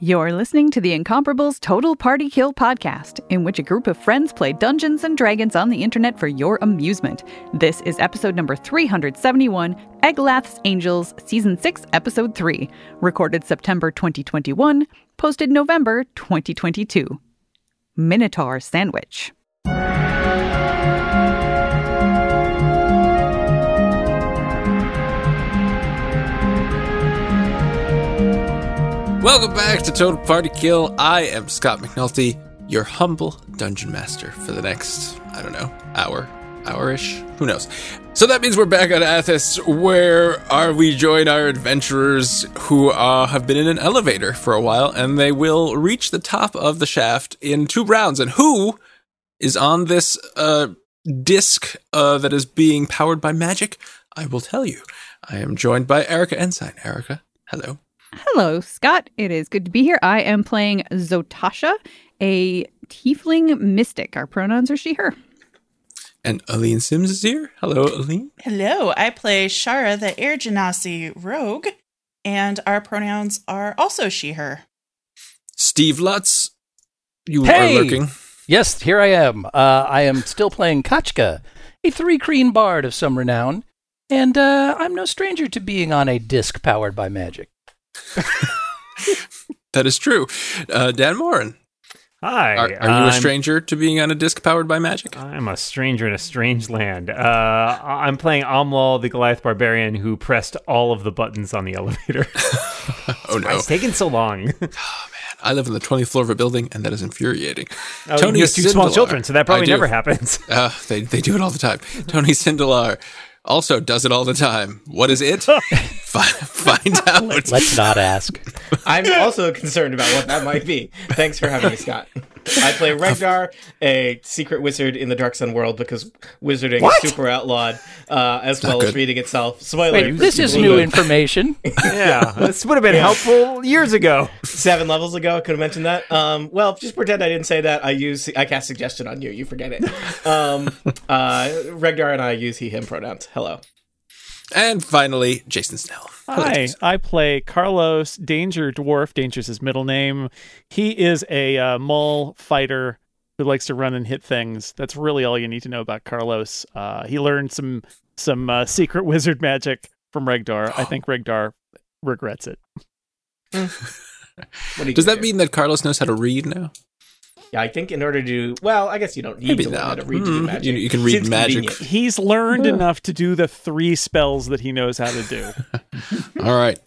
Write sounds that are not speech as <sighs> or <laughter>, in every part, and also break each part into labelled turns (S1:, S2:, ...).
S1: You're listening to the Incomparables Total Party Kill podcast, in which a group of friends play Dungeons and Dragons on the internet for your amusement. This is episode number 371, Eglath's Angels, season 6, episode 3, recorded September 2021, posted November 2022. Minotaur Sandwich.
S2: Welcome back to Total Party Kill. I am Scott McNulty, your humble dungeon master for the next, I don't know, hour, hourish, who knows. So that means we're back on Athos, where are we join our adventurers who uh, have been in an elevator for a while, and they will reach the top of the shaft in two rounds. And who is on this uh, disc uh, that is being powered by magic? I will tell you. I am joined by Erica Ensign. Erica, hello.
S1: Hello, Scott. It is good to be here. I am playing Zotasha, a tiefling mystic. Our pronouns are she, her.
S2: And Aline Sims is here. Hello, Aline.
S3: Hello, I play Shara, the Air Genasi rogue, and our pronouns are also she, her.
S2: Steve Lutz, you
S4: Hey!
S2: are lurking.
S4: Yes, here I am. Uh, I am still playing Kachka, a three crean bard of some renown, and uh, I'm no stranger to being on a disc powered by magic.
S2: That is true. Uh, Dan Morin,
S5: Hi.
S2: are, are you a
S5: I'm- Uh,
S2: stranger to being on a disc powered by magic?
S5: I'm a stranger in a strange land. Uh, I- I'm playing Amlal, the Goliath barbarian, who pressed all of the buttons on the elevator. <laughs>
S2: oh no,
S5: It's taken so
S2: <laughs>
S5: long.
S2: I live on the 20th floor of a building, and that is infuriating.
S5: Oh, you have two small
S2: Sindelar.
S5: children, so
S2: I
S5: that probably
S2: do.
S5: never happens.
S2: Uh, they they do it all the time. Tony Sindelar also does it all the time. What is
S5: <laughs>
S2: it? find, find out.
S4: Let's not ask.
S6: I'm
S2: <laughs>
S6: also concerned about what that might be. Thanks for having me, Scott. I play Regdar, a secret wizard in the Dark Sun world because wizarding is super outlawed, uh, as well as
S2: good.
S6: reading itself. Spoiler.
S4: Wait,
S6: for
S4: this
S6: people
S4: is
S6: who
S4: new
S6: know.
S4: information.
S2: <laughs>
S5: yeah, this would have been helpful years ago.
S6: Seven levels ago, I could have mentioned that. Um, well, just pretend I didn't say that. I use I cast suggestion on you. You forget it.
S2: <laughs>
S6: Um, uh, Regdar and I use he/him pronouns. Hello.
S2: And finally, Jason Snell. Hello,
S7: Hi,
S2: Jason.
S7: I play Carlos Danger Dwarf. Danger's his middle name. He is a uh, mole fighter who likes to run and hit things. That's really all you need to know about Carlos. Uh, he learned some some uh, secret <laughs> wizard magic from Regdar. I think Regdar regrets it.
S6: What do you
S2: Does that
S6: do?
S2: mean that Carlos knows how to read now?
S6: Yeah, I think in order to well, I guess you don't need
S2: Maybe
S6: to learn
S2: not.
S6: how to read to do
S2: Hmm,
S6: magic.
S2: you- you can read
S6: Seems
S2: magic.
S6: convenient.
S7: He's learned enough to do the three spells that he knows how to do.
S2: All right.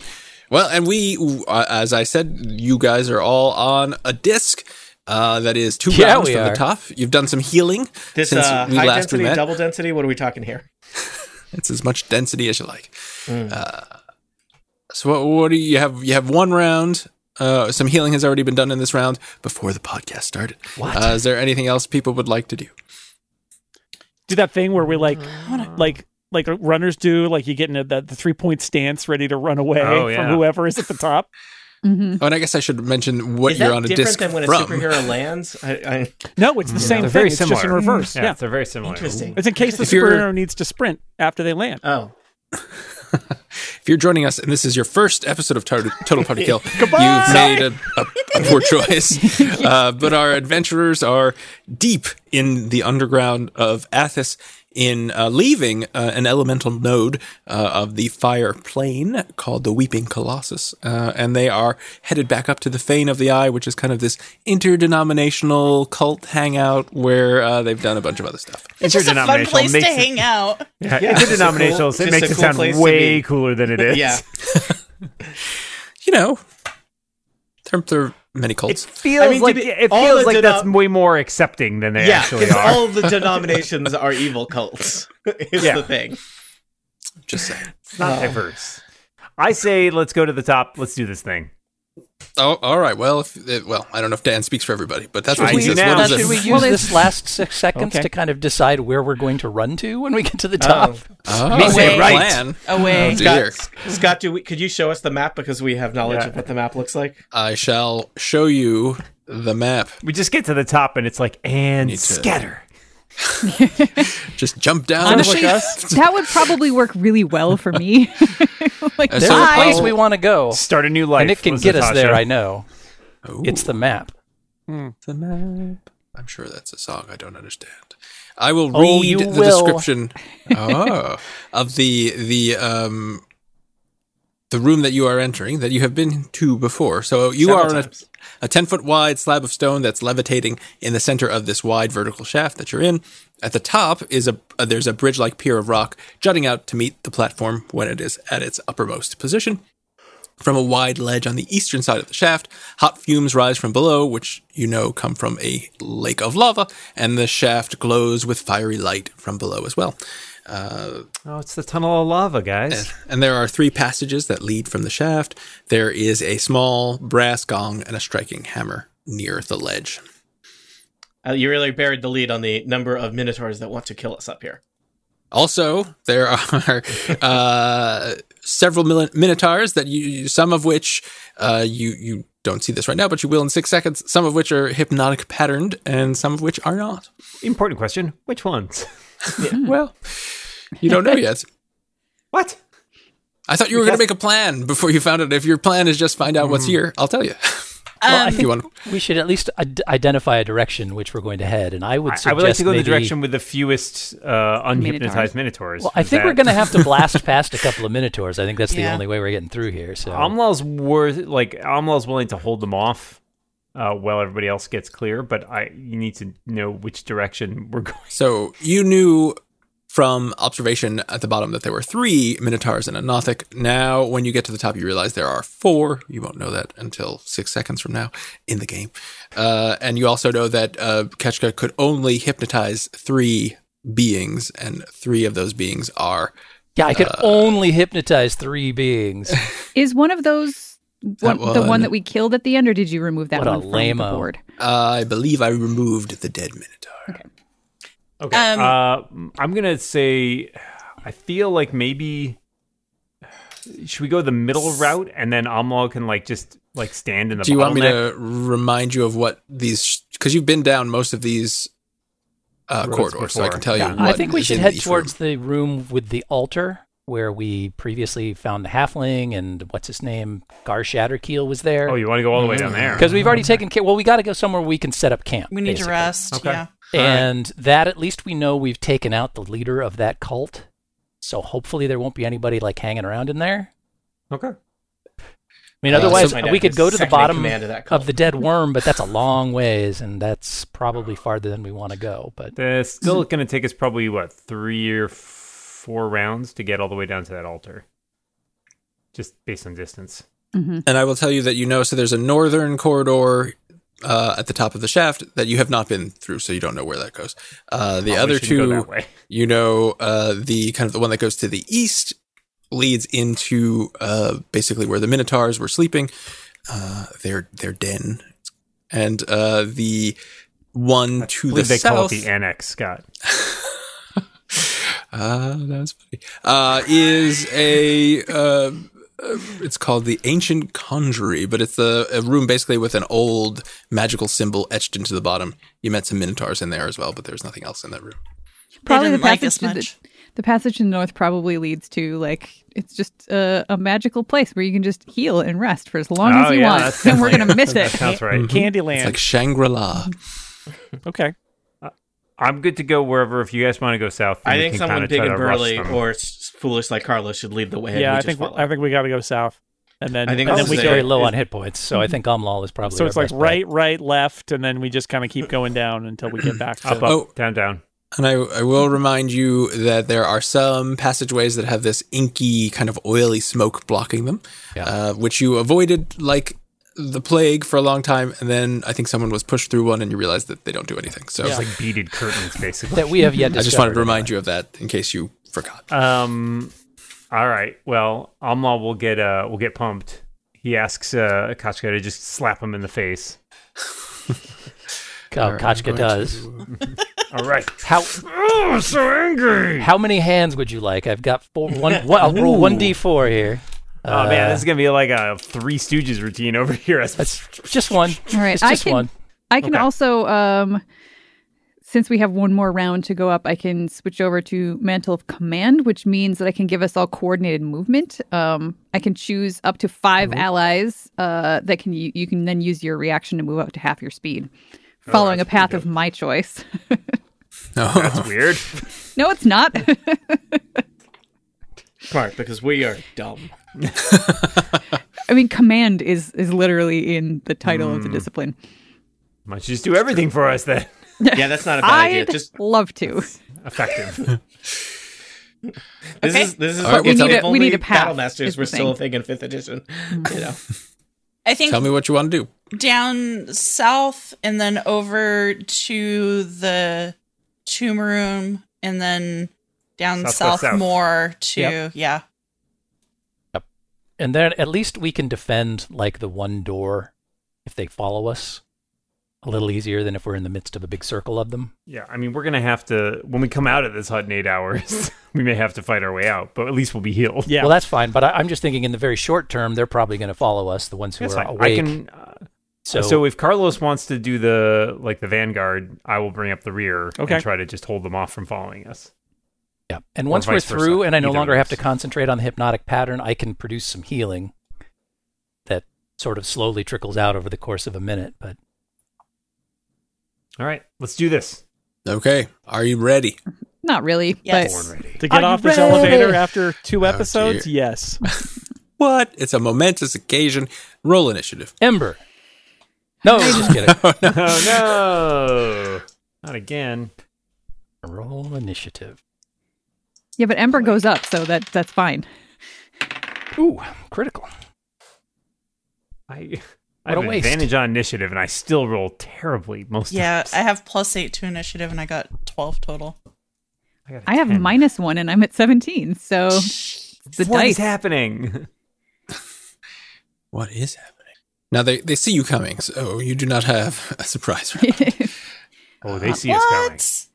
S2: Well, and we, uh, as I said, you guys are all on a disc. Uh, that is two
S4: Yeah,
S2: rounds
S4: we
S2: from the
S4: are.
S2: top. You've done some healing
S6: This
S2: since
S6: uh,
S2: we
S6: high
S2: last
S6: density,
S2: we met.
S6: double density. What are we talking here?
S2: It's as much density as you like.
S6: Mm.
S2: Uh, so what, what do you have? You have one round. Uh, some healing has already been done in this round before the podcast started.
S4: What?
S2: Uh, is there anything else people would like to do?
S7: do that thing where we like
S5: Uh-huh.
S7: like like runners do like you get in a, the, the three point stance ready to run away
S5: Oh,
S7: from
S5: yeah.
S7: whoever is at the top
S1: Mm-hmm.
S2: Oh, and I guess I should mention what
S6: Hmm. Is
S2: you're
S6: that
S2: on a
S6: different
S2: disc
S6: than when
S2: from.
S6: a superhero lands? I, I,
S7: no it's the same
S5: Mm-hmm. They're
S7: thing
S5: very
S7: it's just in
S5: similar. Mm,
S7: reverse
S5: Yeah,
S7: yeah,
S5: they're very similar.
S6: interesting.
S7: it's in case the
S2: If you're-
S7: superhero needs to sprint after they land
S6: Oh,
S2: if you're joining us and this is your first episode of Total, Total Party Kill, you've
S7: Goodbye!
S2: made a, a, a poor choice. Uh, but our adventurers are deep in the underground of Athos in uh, leaving uh, an elemental node uh, of the fire plane called the Weeping Colossus. Uh, and they are headed back up to the Fane of the Eye, which is kind of this interdenominational cult hangout where uh, they've done a bunch of other stuff.
S3: It's just a fun
S5: Interdenominational
S3: place to
S5: makes it-
S3: hang out.
S5: Yeah,
S6: Yeah, just a
S5: interdenominational,
S6: cool-
S5: so it
S6: just
S5: makes
S6: a
S5: it
S6: cool
S5: sound
S6: place to
S5: way
S6: be.
S5: cooler than it is.
S6: yeah.
S2: You know, there, there are many cults.
S5: feels
S6: I mean,
S5: like
S6: did it-
S5: it
S6: all
S5: feels
S6: the
S5: like
S6: denom-
S5: that's way more accepting than they
S6: yeah,
S5: actually
S6: because
S5: are.
S6: all the denominations are evil cults. <laughs> is
S5: Yeah.
S6: the thing.
S2: Just saying.
S5: It's not diverse. I say let's go to the top. Let's do this thing.
S2: Oh, all right. Well, if, eh, well, I don't know if Dan speaks for everybody, but that's what
S5: I
S2: he
S5: do
S2: says.
S5: now.
S2: What is
S4: Should
S2: it?
S4: we
S1: Well,
S4: use
S1: it's-
S4: this last six seconds
S7: Okay.
S4: to kind of decide where we're going to run to when we get to the top?
S2: Oh,
S4: Make
S2: you have
S4: it
S2: a
S4: right.
S2: plan.
S3: Away.
S2: Oh, dear.
S6: Scott, Scott, do we, could you show us the map because we have knowledge
S5: Yeah.
S6: of what the map looks like?
S2: I shall show you the map.
S5: We just get to the top and it's like and
S2: Need to-
S5: scatter.
S2: Just jump down.
S1: Honestly, <laughs> that would probably work really well for me. <laughs> like,
S2: Uh,
S4: There's
S2: So
S4: a place
S2: I'll-
S4: we want to go,
S5: Start a new life.
S4: and it can
S5: was
S4: get us
S5: Natasha.
S4: there. I know.
S2: Ooh,
S4: It's the map.
S2: the map. I'm sure that's a song I don't understand. I will
S4: Oh,
S2: read
S4: you
S2: the
S4: will. <laughs>
S2: description oh, of the the um the room that you are entering that you have been to before. So you
S6: Several
S2: are in a
S6: times.
S2: a 10 foot wide slab of stone that's levitating in the center of this wide vertical shaft that you're in. At the top is a uh, there's a bridge like pier of rock jutting out to meet the platform when it is at its uppermost position. From a wide ledge on the eastern side of the shaft, hot fumes rise from below, which you know come from a lake of lava, and the shaft glows with fiery light from below as well.
S5: Oh, it's the tunnel of lava, guys.
S2: And there are three passages that lead from the shaft. There is a small brass gong and a striking hammer near the ledge.
S6: Uh, you really buried the lead on the number of minotaurs that want to kill us up here.
S2: Also, there are <laughs> uh, several mil- minotaurs that you, some of which uh, you you don't see this right now, but you will in six seconds. Some of which are hypnotic patterned, and some of which are not.
S5: Important question. Which ones?
S2: Well, you don't know yet.
S5: What?
S2: I thought you were going to make a plan before you found it. If your plan is just find out what's here, I'll tell you. <laughs>
S3: Um,
S2: if you want,
S4: We should at least ad- identify a direction which we're going to head, and I would
S5: I,
S4: suggest
S5: I would like to go in the
S4: maybe-
S5: direction with the fewest uh, unhypnotized minotaurs.
S4: Well, I think
S5: That-
S4: we're going to have to <laughs> blast past a couple of minotaurs. I think that's the
S3: Yeah.
S4: only way we're getting through here. So
S5: Amlal's worth like Amlal's willing to hold them off uh, while everybody else gets clear, but I you need to know which direction we're <laughs> going.
S2: So you knew from observation at the bottom that there were three Minotaurs and a Nothic. Now, when you get to the top, you realize there are four. You won't know that until six seconds from now in the game. Uh, and you also know that uh, Ketchka could only hypnotize three beings, and three of those beings are.
S4: yeah, I could only hypnotize three beings.
S1: Is one of those one, the
S2: one.
S1: one that we killed at the end, or did you remove that
S4: What a
S1: one from the
S4: lame-o.
S1: board?
S2: I believe I removed the dead Minotaur.
S5: Okay.
S3: Um,
S5: uh, I'm gonna say I feel like maybe should we go the middle route and then Amlal can like just like stand in the
S2: Do you want me
S5: bottleneck?
S2: to remind you of what these? Because you've been down most of these uh,
S5: Roads
S2: corridors, so I
S5: before.
S2: can tell you.
S5: Yeah,
S4: <laughs> I
S2: what
S4: think we
S2: is
S4: should
S2: in
S4: head
S2: each
S4: towards
S2: room.
S4: the room with the altar where we previously found the halfling and what's his name, Gar Shatterkeel was there.
S5: Oh, you want to go all the way
S2: Mm.
S5: down there?
S4: because we've already taken care. Well, we got to go somewhere we can set up camp.
S3: we need to
S4: basically.
S3: rest.
S5: Okay.
S3: Yeah.
S4: and that at least we know we've taken out the leader of that cult. So hopefully there won't be anybody like hanging around in there.
S5: okay.
S4: I mean,
S2: Uh,
S4: otherwise
S2: so
S6: find out
S4: we could
S6: who's
S4: go to the
S6: second in
S4: bottom
S6: command of that
S4: of
S6: cult.
S4: the dead worm, but that's a long ways, and that's probably farther than we want to go. But
S5: That's still going to take us probably what three or f- four rounds to get all the way down to that altar, just based on distance.
S1: Mm-hmm.
S2: And I will tell you that you know, so there's a northern corridor uh, at the top of the shaft that you have not been through, so you don't know where that goes. Uh, the
S5: Probably
S2: other
S5: shouldn't go that
S2: two,
S5: way.
S2: you know, uh, the kind of the one that goes to the east leads into uh, basically where the Minotaurs were sleeping, uh, their their den, and uh, the one
S5: I
S2: to the
S5: believe they
S2: south.
S5: call it the annex, Scott.
S2: Ah, that was funny. Uh, is a uh, uh, it's called the ancient conjury, but it's a, a room basically with an old magical symbol etched into the bottom. You met some minotaurs in there as well, but there's nothing else in that room.
S3: They
S1: Probably the
S3: didn't like us
S1: passage. to
S3: much.
S1: the, the passage to the north probably leads to like it's just a, a magical place where you can just heal and rest for as long
S5: Oh,
S1: as you
S5: yeah,
S1: want,
S5: <laughs> that's
S1: and we're
S5: definitely
S1: gonna
S5: it.
S1: miss
S5: That
S1: it.
S5: sounds
S7: Mm-hmm.
S5: right.
S2: It's
S7: Candyland.
S2: like Shangri La.
S7: okay.
S5: I'm good to go wherever. If you guys want to go south, then
S6: I
S5: we
S6: think
S5: can
S6: someone
S5: kinda
S6: big
S5: try
S6: and
S5: to rush
S6: burly
S5: them.
S6: or s- foolish like Carlos should lead the way. and
S7: yeah,
S6: we
S7: I
S6: just
S7: think
S6: follow.
S7: I think we got to go south, and then
S6: I think
S7: and
S6: this
S7: then
S4: Carlos is
S6: is
S7: we
S6: a-
S7: go.
S4: very low on hit points, so I think Omlal is probably
S7: Mhm. so
S4: our
S7: it's like
S4: best bet.
S7: right, right, left, and then we just kind of keep going down until we get back to
S5: Up, up,
S2: Oh.
S5: down, down.
S2: And I, I will remind you that there are some passageways that have this inky kind of oily smoke blocking them,
S4: Yeah.
S2: uh, which you avoided like the plague for a long time. And then I think someone was pushed through one and you realized that they don't do anything. So
S5: It's like beaded curtains, basically.
S4: that we have yet.
S2: <laughs> I just wanted to remind you of that in case you forgot. <laughs>
S5: Um. All right. Well, Amla will get uh will get pumped. He asks uh Kachka to just slap him in the face.
S4: Oh, Kachka does.
S5: All right.
S4: How
S5: oh, I'm so angry.
S4: how many hands would you like? I've got four. One. one I'll roll one d four here.
S5: oh
S1: Uh,
S5: man, this is gonna be like a Three Stooges routine over here. That's
S4: That's just one.
S1: All right,
S4: It's
S1: I
S4: just
S1: can-
S4: one.
S1: I can
S5: Okay.
S1: also um, Since we have one more round to go up, I can switch over to Mantle of Command, which means that I can give us all coordinated movement. Um, I can choose up to 5 allies uh, that can you, you can then use your reaction to move up to half your speed,
S6: Oh,
S1: following a path of my choice. <laughs>
S5: That's weird.
S1: no, it's not. <laughs>
S6: Smart, because we are dumb.
S1: I mean, command is is literally in the title of the
S6: Mm.
S1: discipline.
S5: Why don't you just do everything for us then?
S6: Yeah, that's not a bad idea.
S1: I'd
S6: Just
S1: love to.
S5: Effective.
S6: this
S3: Okay.
S6: is this is
S2: All right,
S6: what
S2: well, tell-
S6: if
S2: We need
S1: a- we
S6: only
S1: need a path
S6: Battle
S1: is
S6: Masters
S1: the
S6: were still a
S1: thing.
S6: thing in fifth edition. <laughs> You know,
S3: I
S2: <laughs>
S3: think
S2: Tell me what you want to do.
S3: down south and then over to the tomb room and then down
S5: Southwest
S3: south,
S5: south.
S3: more to
S7: Yep.
S3: yeah
S4: And then at least we can defend like the one door if they follow us a little easier than if we're in the midst of a big circle of them.
S5: yeah, I mean, we're going to have to, when we come out of this hut in eight hours, <laughs> we may have to fight our way out, but at least we'll be healed.
S7: Yeah.
S4: Well, that's fine, but I, I'm just thinking in the very short term, they're probably going to follow us, the ones who
S5: That's
S4: are
S5: fine.
S4: awake.
S5: I can. Uh,
S4: so,
S5: so, if Carlos wants to do the like the vanguard, I will bring up the rear
S7: Okay.
S5: and try to just hold them off from following us.
S4: yeah. And
S5: or
S4: once we're
S5: vice versa,
S4: through and I no
S5: either
S4: longer
S5: of
S4: have to
S5: us.
S4: concentrate on the hypnotic pattern, I can produce some healing that sort of slowly trickles out over the course of a minute. But
S5: All right, let's do <laughs> this.
S2: Okay. Are you ready?
S1: Not really,
S3: Yes.
S1: but
S5: Born ready.
S7: To get
S4: Are you
S7: off this
S4: ready?
S7: elevator after two
S2: Oh,
S7: episodes?
S2: dear.
S7: yes.
S2: What? It's a momentous occasion. Roll initiative. <laughs>
S4: Ember. No, just kidding.
S5: oh no, not again.
S4: Roll initiative.
S1: yeah, but Ember goes up, so that that's fine.
S4: Ooh, critical.
S5: I I
S4: What
S5: have
S4: a waste.
S5: advantage on initiative, and I still roll terribly most
S3: yeah
S5: times.
S3: i have plus eight to initiative and i got 12 total
S5: I, got a
S1: I have
S5: 10.
S1: minus one, and I'm at seventeen. So
S6: <laughs>
S1: the
S5: What
S1: dice.
S5: is happening? <laughs>
S2: What is happening? Now they, they see you coming, so you do not have a surprise round.
S5: Oh, they see us coming.
S3: what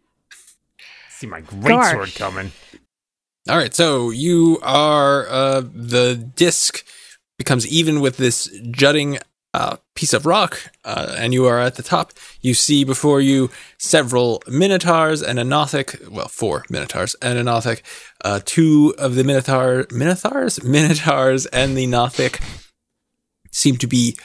S5: See my great
S1: Gosh.
S5: sword coming.
S2: All right, so you are uh, the disc becomes even with this jutting uh, piece of rock, uh, and you are at the top. You see before you several minotaurs and a Nothic, well, four minotaurs and a Nothic. Uh, two of the minotaur minotaurs <laughs> minotaurs and the Nothic seem to be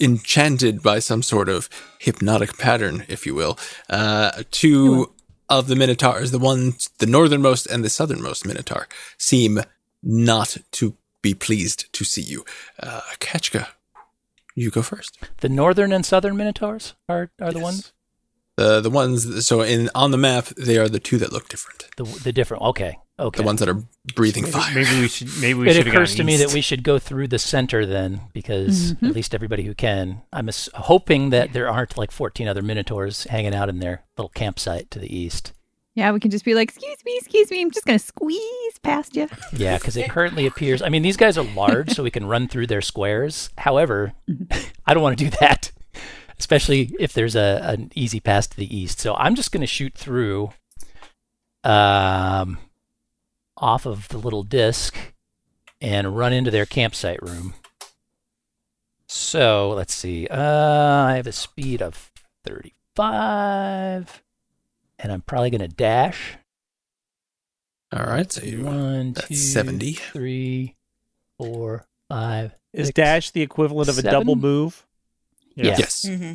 S2: enchanted by some sort of hypnotic pattern, if you will. Uh, two of the minotaurs, the one, the northernmost and the southernmost minotaur, seem not to be pleased to see you. Uh, Ketchka, you go first.
S4: The northern and southern minotaurs are, are the ones?
S2: The the ones so in on the map they are the two that look different.
S4: The, the different. Okay. Okay.
S2: The ones that are breathing fire.
S5: Maybe we should. Maybe we
S4: it
S5: should.
S4: occurs to me that we should go through the center then, because at least everybody who can. I'm ass- hoping that there aren't like 14 other minotaurs hanging out in their little campsite to the east.
S1: <laughs> yeah, we can just be like, excuse me, excuse me, I'm just gonna squeeze past you.
S4: Yeah, because it currently appears. I mean, these guys are large, so we can run through their squares. However, <laughs> I don't want to do that, especially if there's a an easy pass to the east. So I'm just going to shoot through, um, off of the little disc, and run into their campsite room. So let's see. Uh, I have a speed of 35, and I'm probably going to dash.
S2: All right, so you
S4: One,
S2: that's
S4: two,
S2: 70.
S4: three, four, five,
S7: Is
S4: six.
S7: dash the equivalent of a
S4: seven?
S7: double move?
S4: Yeah.
S2: yes.
S3: hmm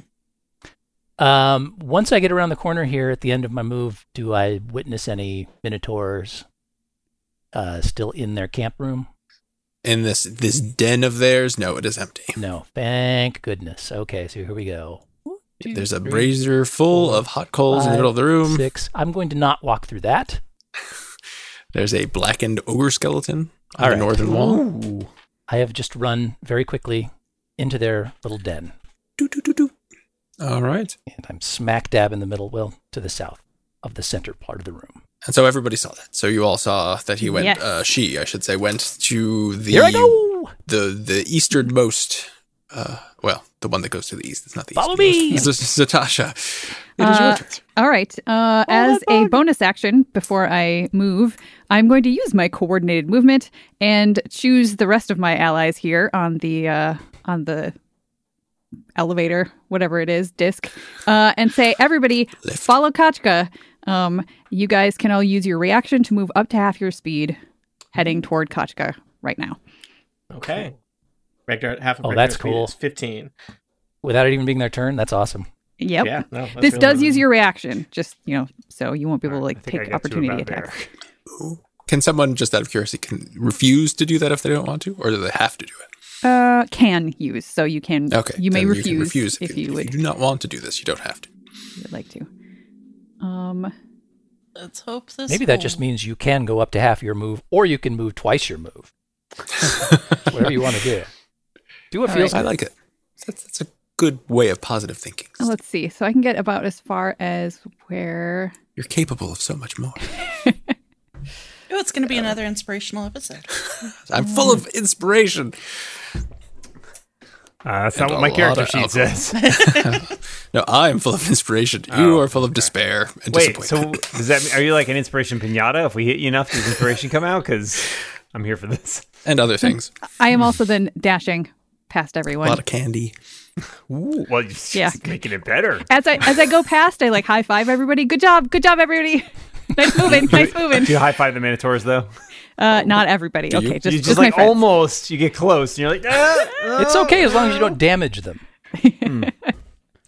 S4: Um, once I get around the corner here at the end of my move, do I witness any minotaurs uh, still in their camp
S2: <laughs>
S4: room?
S2: In this this den of theirs, no, it is empty.
S4: No. Thank goodness. Okay, so here we go. One, two,
S2: There's a
S4: three,
S2: brazier full
S4: four,
S2: of hot coals in the
S4: five,
S2: middle of the room.
S4: Six. I'm going to not walk through that.
S2: There's a blackened ogre skeleton on
S4: All
S2: the
S4: right.
S2: northern wall.
S4: I have just run very quickly into their little den,
S2: Doo, doo, doo, doo. All right.
S4: and I'm smack dab in the middle, well, to the south of the center part of the room.
S2: And so everybody saw that. So you all saw that he went
S1: Yes.
S2: uh, she, I should say, went to the
S4: Here I go.
S2: the the easternmost uh well, the one that goes to the east. It's not the
S4: Follow
S2: easternmost.
S4: me!
S2: It's just Zatasha. It is your
S1: Uh,
S2: turn.
S1: all right. Uh, as a bonus action, before I move, I'm going to use my coordinated movement and choose the rest of my allies here on the uh, on the elevator, whatever it is, disc, uh, and say, everybody,
S2: Lift.
S1: follow Kachka. Um, you guys can all use your reaction to move up to half your speed, heading toward Kachka right now.
S6: Okay. Regdar, half of
S4: Oh,
S6: Regdar's
S4: that's
S6: speed
S4: cool.
S6: is 15.
S4: without it even being their turn. That's awesome.
S1: Yep.
S6: Yeah, no. that's
S1: this
S6: really
S1: does
S6: good.
S1: use your reaction, just, you know, so you won't be able to,
S5: I
S1: like,
S5: think I
S1: take
S5: get to
S1: opportunity
S5: about there.
S1: attacks.
S2: Can someone, just out of curiosity, can refuse to do that if they don't want to, or do they have to do it?
S1: Uh, can use, so you can,
S2: Okay,
S1: you may
S2: then
S1: refuse,
S2: can refuse
S1: if you, would,
S2: do not want to do this. You don't have to.
S1: would like to. Um,
S3: Let's hope this.
S4: Maybe that just
S3: will-
S4: means you can go up to half your move, or you can move twice your
S6: <laughs>
S4: move. Whatever you want to do. Do what
S1: All
S4: feels
S1: right.
S2: I
S4: good.
S2: like it. That's, that's a good way of positive thinking.
S1: let's see. So I can get about as far as where
S2: You're capable of so much more.
S3: Ooh, it's going to be another inspirational episode.
S2: I'm full of inspiration.
S5: Uh, that's
S2: And
S5: not
S2: a
S5: what my
S2: lot
S5: character
S2: of
S5: sheet
S2: alcohol. <laughs>
S5: says.
S2: No, I am full of inspiration. You are full of despair and
S5: Wait, so
S2: disappointment. <laughs>
S5: does that mean, are you like an inspiration pinata? If we hit you enough, does inspiration come out? Because I'm here for this.
S2: and other things.
S1: I am also then dashing past
S2: A lot
S1: everyone.
S2: of candy.
S5: Ooh, well, you're just
S1: Yeah.
S5: making it better.
S1: As I as I go past, I like high five everybody. Good job, good job, everybody. <laughs> nice moving, nice moving.
S5: Do you high five the minotaurs though?
S1: Uh, not everybody. Okay, just,
S5: you
S1: just
S5: just
S1: my
S5: like
S1: friends.
S5: almost. You get close, and you're like, ah, ah.
S4: It's okay as long as you don't damage them.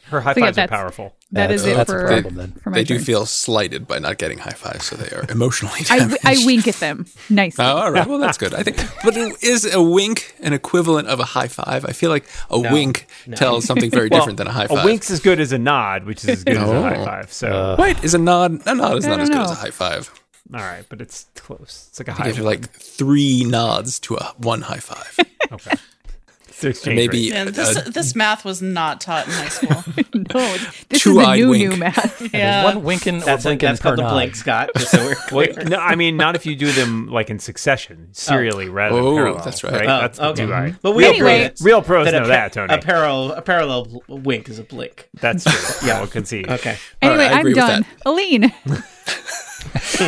S5: her high
S1: So, yeah,
S5: fives are
S1: that's-
S5: powerful.
S1: That is
S4: That's-
S1: it
S4: that's a
S1: for,
S4: problem then.
S1: for my
S2: They do
S1: turn.
S2: feel slighted by not getting high fives, so they are emotionally
S1: I,
S2: <laughs> damaged.
S1: w- I wink at them. Nice.
S2: Oh, all right. Well, that's good. I think, but it- is a wink an equivalent of a high five? I feel like a wink tells something very different than a high five. Oh. Uh.
S5: A wink's as good as a nod, which is as good as a high
S2: No.
S5: five. So
S2: Wait, is a nod? A nod is
S1: I
S2: not
S1: don't
S2: as good
S1: know.
S2: as a high five.
S5: all right, but it's close. It's like a
S2: I
S5: high.
S2: Give you like three nods to a one high five.
S5: okay.
S2: <laughs>
S5: It's the exchange
S2: Maybe <laughs>
S3: Man,
S2: a-
S3: this this math was not taught in high school.
S1: <laughs> no, it's- Oh, this is the
S2: Two-eyed
S1: new
S2: wink.
S1: new math.
S3: yeah.
S4: One winking or
S6: That's, a,
S4: blinking
S6: that's
S4: per
S6: called the
S4: nod.
S1: <laughs>
S6: blink, Scott. Just so we're clear.
S5: rate. Wait, no, I mean not if you do them like in succession, serially rather than
S2: Oh,
S5: parallel.
S2: that's right.
S6: Oh,
S5: that's
S6: okay.
S5: do I.
S6: But we
S1: Anyway-
S6: agree that-
S5: Real pros
S6: a
S5: know
S6: par-
S5: that, Tony.
S6: A parallel, a parallel bl- wink is a blink.
S5: That's true. yeah, we'll concede.
S6: Okay.
S2: All right,
S1: Anyway,
S2: I agree
S1: I'm
S2: with
S1: done. Aline.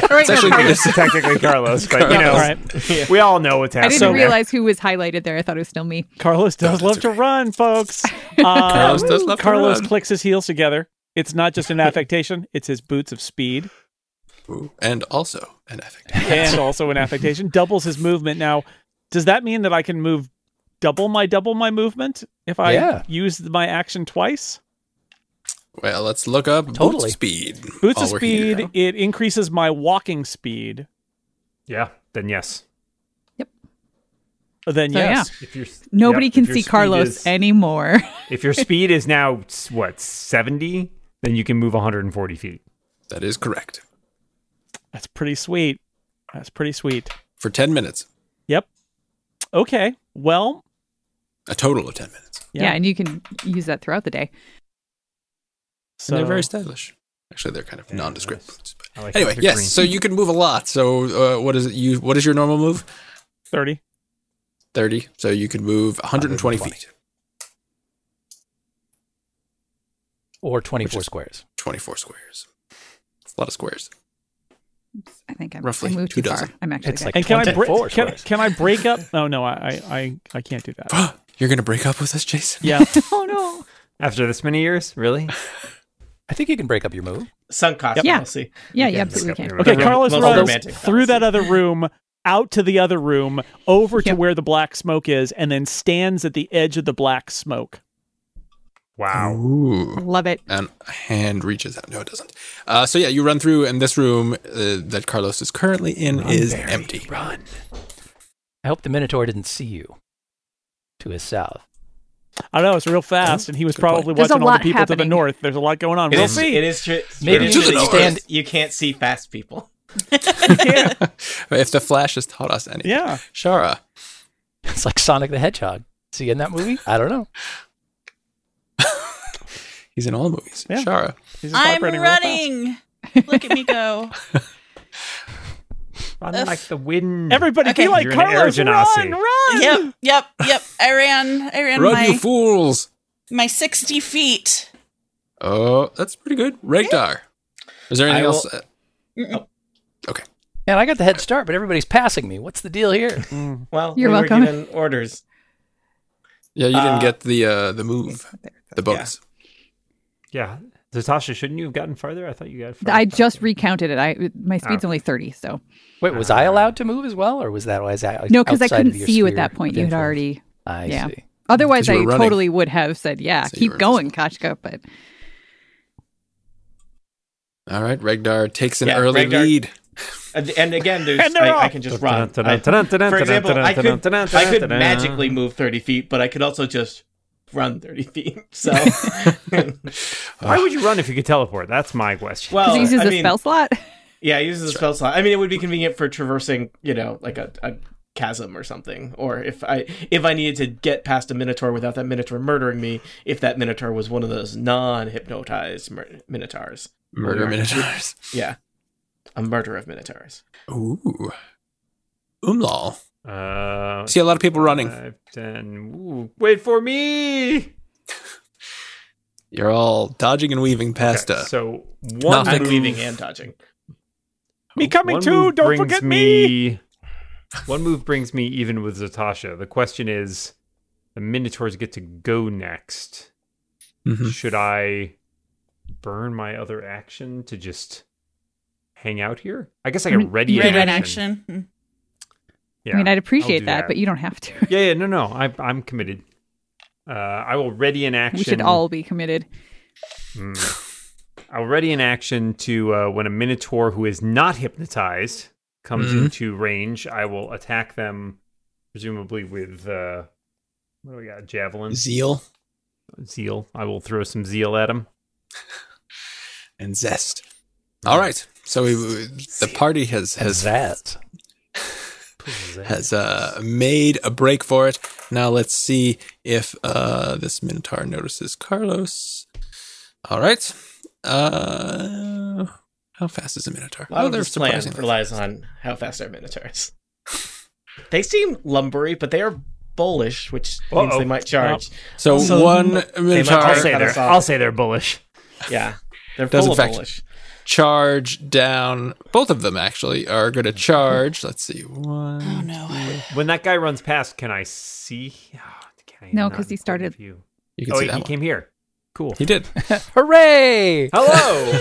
S1: Right now,
S2: actually- <laughs>
S1: Carlos.
S5: It's technically Carlos, but you know,
S7: All right.
S5: we all know what's
S1: I
S5: happening.
S1: didn't realize who was highlighted there. I thought it was still me.
S7: Carlos does love to run, folks. Um,
S2: Carlos does love to
S7: Carlos
S2: run.
S7: clicks his heels together. It's not just
S2: <laughs>
S7: an affectation; it's his boots of speed,
S2: Ooh, and also an affect.
S7: and also an affectation. Doubles his movement. Now, does that mean that I can move double my double my movement if I
S4: Yeah.
S7: use my action twice?
S2: Well, let's look up boots
S4: Totally.
S2: of speed.
S7: Boots
S2: while
S7: of
S2: Oh, we're here.
S7: speed. It increases my walking speed.
S5: Yeah, then yes.
S7: Then
S1: So,
S7: yes,
S5: If you're,
S1: Nobody
S5: yep,
S1: can
S5: if your
S1: see
S5: speed
S1: Carlos
S5: is-
S1: anymore. <laughs>
S5: if your speed is now s- what seventy, then you can move 140 feet.
S2: That is correct.
S7: that's pretty sweet. That's pretty sweet.
S2: For 10 minutes,
S7: Yep. Okay. Well.
S2: a total of 10 minutes.
S1: yeah. and you can use that throughout the day.
S7: so
S2: and they're very stylish. Actually, they're kind of nondescript
S5: nice.
S2: boots.
S5: I like
S2: Anyway,
S5: that they're
S2: yes.
S5: green.
S2: So you can move a lot. So uh, what is it? You what is your normal move?
S7: thirty.
S2: Thirty. So you can move 120,
S4: 120.
S2: feet,
S4: Or 24
S2: is-
S4: squares.
S2: twenty-four squares. It's a lot of squares. <gasps>
S1: I think I'm
S2: Roughly
S1: I moved
S2: two
S1: too far.
S2: dozen.
S1: I'm actually
S4: It's
S1: good.
S4: like-
S7: And can I
S4: 24
S7: break? Can,
S4: squares.
S7: can I break up? No, no, I, I, I, I can't do
S2: <laughs>
S7: that.
S2: You're gonna break up with us, Jason.
S7: Yeah.
S1: <laughs> oh no.
S5: after this many years, really?
S4: I think you can break up your move.
S6: Sunk cost
S1: Yeah.
S6: policy.
S1: Yeah, you
S6: Yeah,
S1: absolutely can.
S7: Okay,
S5: Remember-
S7: Carlos
S6: most
S7: runs
S6: romantic
S7: through that other room, out to the other room, over to
S1: Yep.
S7: where the black smoke is, and then stands at the edge of the black smoke.
S5: Wow.
S2: Ooh.
S1: Love it.
S2: And a hand reaches out. No, it doesn't. Uh, so yeah, you run through, and this room uh, that Carlos is currently in is empty.
S4: Run. I hope the Minotaur didn't see you to his south. <laughs>
S7: I don't know it's real fast, and he was
S2: Good point.
S7: probably
S1: There's a
S7: watching all the
S1: lot
S7: people to the
S1: happening.
S7: north. There's a lot going on.
S6: It
S7: we'll
S6: is-
S7: see.
S6: It is true.
S4: Maybe
S2: you should
S4: stand-
S6: You can't see fast people.
S2: <laughs> If the Flash has taught us anything,
S7: yeah.
S2: Shara.
S4: It's like Sonic the Hedgehog. See in that movie? I don't know.
S2: He's in all movies.
S7: Yeah.
S2: Shara.
S7: He's just
S3: I'm
S7: vibrating real fast.
S3: <laughs> running. Look at me go.
S5: Run like the wind.
S7: Everybody
S3: Okay.
S7: be like
S5: You're an
S7: Carlos,
S5: aerogenasi.
S7: run,
S3: <laughs>
S7: run.
S3: yep, yep, yep. I ran. I ran
S2: Run,
S3: my
S2: you fools!
S3: my 60 feet.
S2: Oh, that's pretty good. Regdar. Is there anything
S6: I will-
S2: else? uh,
S6: Oh,
S4: Man, I got the head start, but everybody's passing me. What's the deal here?
S6: Well,
S1: You're
S6: we
S1: welcome.
S6: were given orders.
S2: Yeah, you didn't
S6: Uh,
S2: get the uh, the move, the bonus.
S5: Yeah. Natasha, shouldn't you have gotten farther? I thought you got farther.
S1: I just recounted it. I my speed's
S5: Oh.
S1: only thirty, so
S4: Wait, was I allowed to move as well, or was that was I
S1: Uh-huh. no, because I
S4: outside of
S1: couldn't
S4: your
S1: see you at
S4: sphere
S1: that point.
S4: of
S1: You had
S4: influence?
S1: already.
S4: I
S1: yeah.
S4: see.
S1: Otherwise,
S2: you
S1: I
S2: were running.
S1: totally would have said, "Yeah,
S2: So
S1: keep
S2: you were just- <laughs>
S1: going, Kachka." But
S2: All right, Regdar takes an
S6: Yeah,
S2: early
S6: Regdar-
S2: lead.
S6: And, and
S7: <laughs>
S6: again, there's
S7: And they're
S6: I, I
S7: off.
S6: can just run. I, for example, I could, I could magically move 30 feet, but I could also just run 30 <laughs> feet.
S7: <laughs>
S6: So,
S5: Why would you run if you could teleport? That's my question.
S6: well,
S1: because he uses
S6: I
S1: a
S6: mean,
S1: spell slot.
S6: Yeah, it uses a spell slot. I mean, it would be convenient for traversing, you know, like a, a chasm or something. Or if I if I needed to get past a minotaur without that minotaur murdering me, if that minotaur was one of those non-hypnotized mur- minotaurs.
S2: Murder Minotaurs.
S6: Yeah, a murder of minotaurs.
S2: Ooh. Umlal.
S5: Uh,
S2: See a lot of people running.
S5: five, 10, ooh, wait for me.
S2: You're all dodging and weaving past uh,
S5: Okay,
S2: us.
S5: so one
S2: Nothing.
S6: I'm
S5: move-
S6: weaving and dodging.
S7: Me coming
S5: one
S7: too.
S5: move
S7: Don't
S5: brings
S7: forget me.
S5: <laughs> One move brings me even with Zatasha. The question is, the minotaurs get to go next.
S2: Mhm.
S5: Should I burn my other action to just hang out here? I guess I
S1: I mean,
S5: can ready,
S1: you
S5: an
S1: could
S3: Ready in
S5: action.
S3: action. Mm.
S5: Yeah.
S1: I mean, I'd
S5: do
S1: appreciate that,
S5: that.
S1: but you don't have to.
S5: yeah, yeah, no, no, I, I'm committed. Uh, I will ready an action.
S1: We should all be committed.
S5: I'll ready an Mm. action to uh, when a minotaur who is not hypnotized comes
S2: Mhm.
S5: into range. I will attack them, presumably with uh, what do we got? Javelin,
S2: Zeal
S5: zeal. I will throw some zeal at them.
S2: and zest. All right. So we, we- the party has
S4: Has
S2: has
S4: that?
S2: has uh, made a break for it. Now let's see if uh, this Minotaur notices Carlos. All right. Uh, how fast is a Minotaur? Oh,
S6: A lot of
S2: they're
S6: this plan
S2: surprisingly
S6: relies on how fast are minotaurs. <laughs> they seem lumbery, but they are bullish, which means
S5: Uh-oh.
S6: they might charge.
S2: So
S6: So
S2: one
S6: might
S2: Minotaur
S6: I'll say they're- I'll say
S5: they're bullish.
S6: Yeah, they're
S2: Does
S6: full of
S2: affect-
S6: bullish.
S2: charge down. Both of them actually are going to charge. Let's see. One.
S3: Oh no.
S5: When that guy runs past, can I see? Ah, can I
S1: No,
S5: not
S1: 'cause he
S5: in point
S1: started-
S5: of view?
S2: You can
S5: Oh,
S2: see
S5: wait,
S2: that
S5: he
S2: one.
S5: came here. Cool.
S2: He did.
S4: Hooray!
S5: Hello.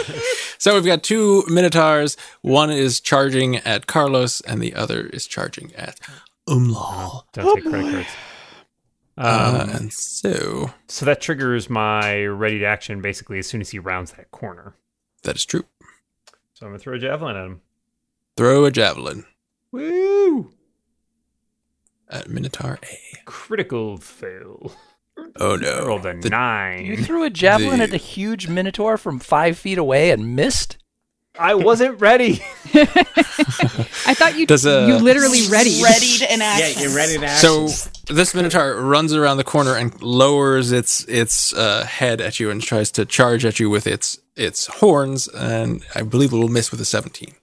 S2: So we've got two Minotaurs. One is charging at Carlos, and the other is charging at Umlal.
S5: Don't take credit cards.
S2: Uh,
S5: Um,
S2: and so
S5: so that triggers my ready to action basically as soon as he rounds that corner.
S2: that is true.
S5: So I'm gonna throw a javelin at him.
S2: Throw a javelin
S5: Woo!
S2: at Minotaur A.
S5: Critical fail.
S2: Oh
S5: I
S2: no.
S5: rolled a <laughs>
S4: You
S5: nine.
S4: threw a javelin
S2: The-
S4: at a huge minotaur from five feet away and missed.
S5: I wasn't ready.
S1: I thought you
S2: Does, uh,
S1: you literally ready.
S3: Readied in action.
S6: Yeah, you're ready to action.
S2: So this Minotaur runs around the corner and lowers its its uh, head at you and tries to charge at you with its its horns, and I believe it will miss with a seventeen.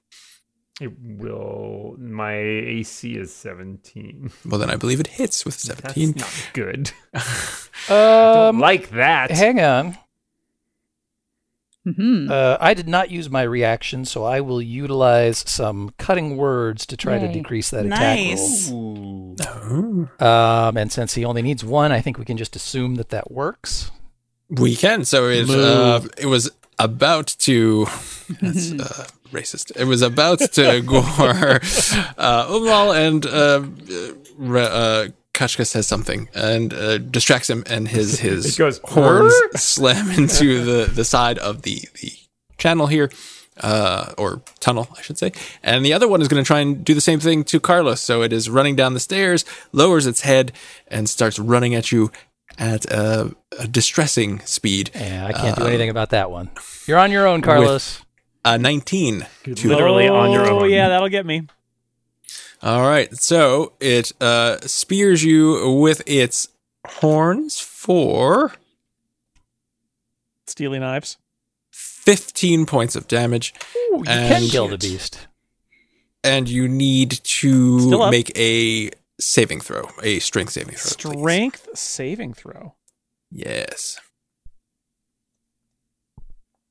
S5: It will. My AC is 17.
S2: Well, then I believe it hits with
S5: <laughs> That's
S2: seventeen.
S5: not good.
S2: <laughs>
S5: Don't
S4: Um,
S5: like that.
S4: hang on.
S1: hmm
S4: Uh, I did not use my reaction, so I will utilize some cutting words to try to
S1: Yay.
S4: decrease that attack roll.
S3: Nice.
S5: Ooh.
S2: Oh.
S4: Um, and since he only needs one, I think we can just assume that that works.
S2: We can. So it uh, it was about to. <laughs> That's uh, racist. It was about to gore uh, Umlal, and uh, Re- uh, Kachka says something and uh, distracts him, and his his
S5: It goes, <laughs>
S2: horns
S5: "Brrr."
S2: slam into the the side of the the channel here. Uh, or tunnel, I should say. And the other one is going to try and do the same thing to Carlos. So it is running down the stairs, lowers its head, and starts running at you at a, a distressing speed. Um,
S4: Yeah, I can't do anything about that one. You're on your own, Carlos.
S2: Uh, 19. to-
S5: Literally on your
S7: Oh
S5: own.
S7: yeah, that'll get me.
S2: All right. So it uh, spears you with its horns for
S7: Steely knives.
S2: 15 points of damage.
S4: Ooh, you
S2: And-
S4: can kill the beast.
S2: And you need
S7: Still
S2: to
S7: up.
S2: make a saving throw, a strength saving throw. please.
S7: Strength saving throw.
S2: Yes.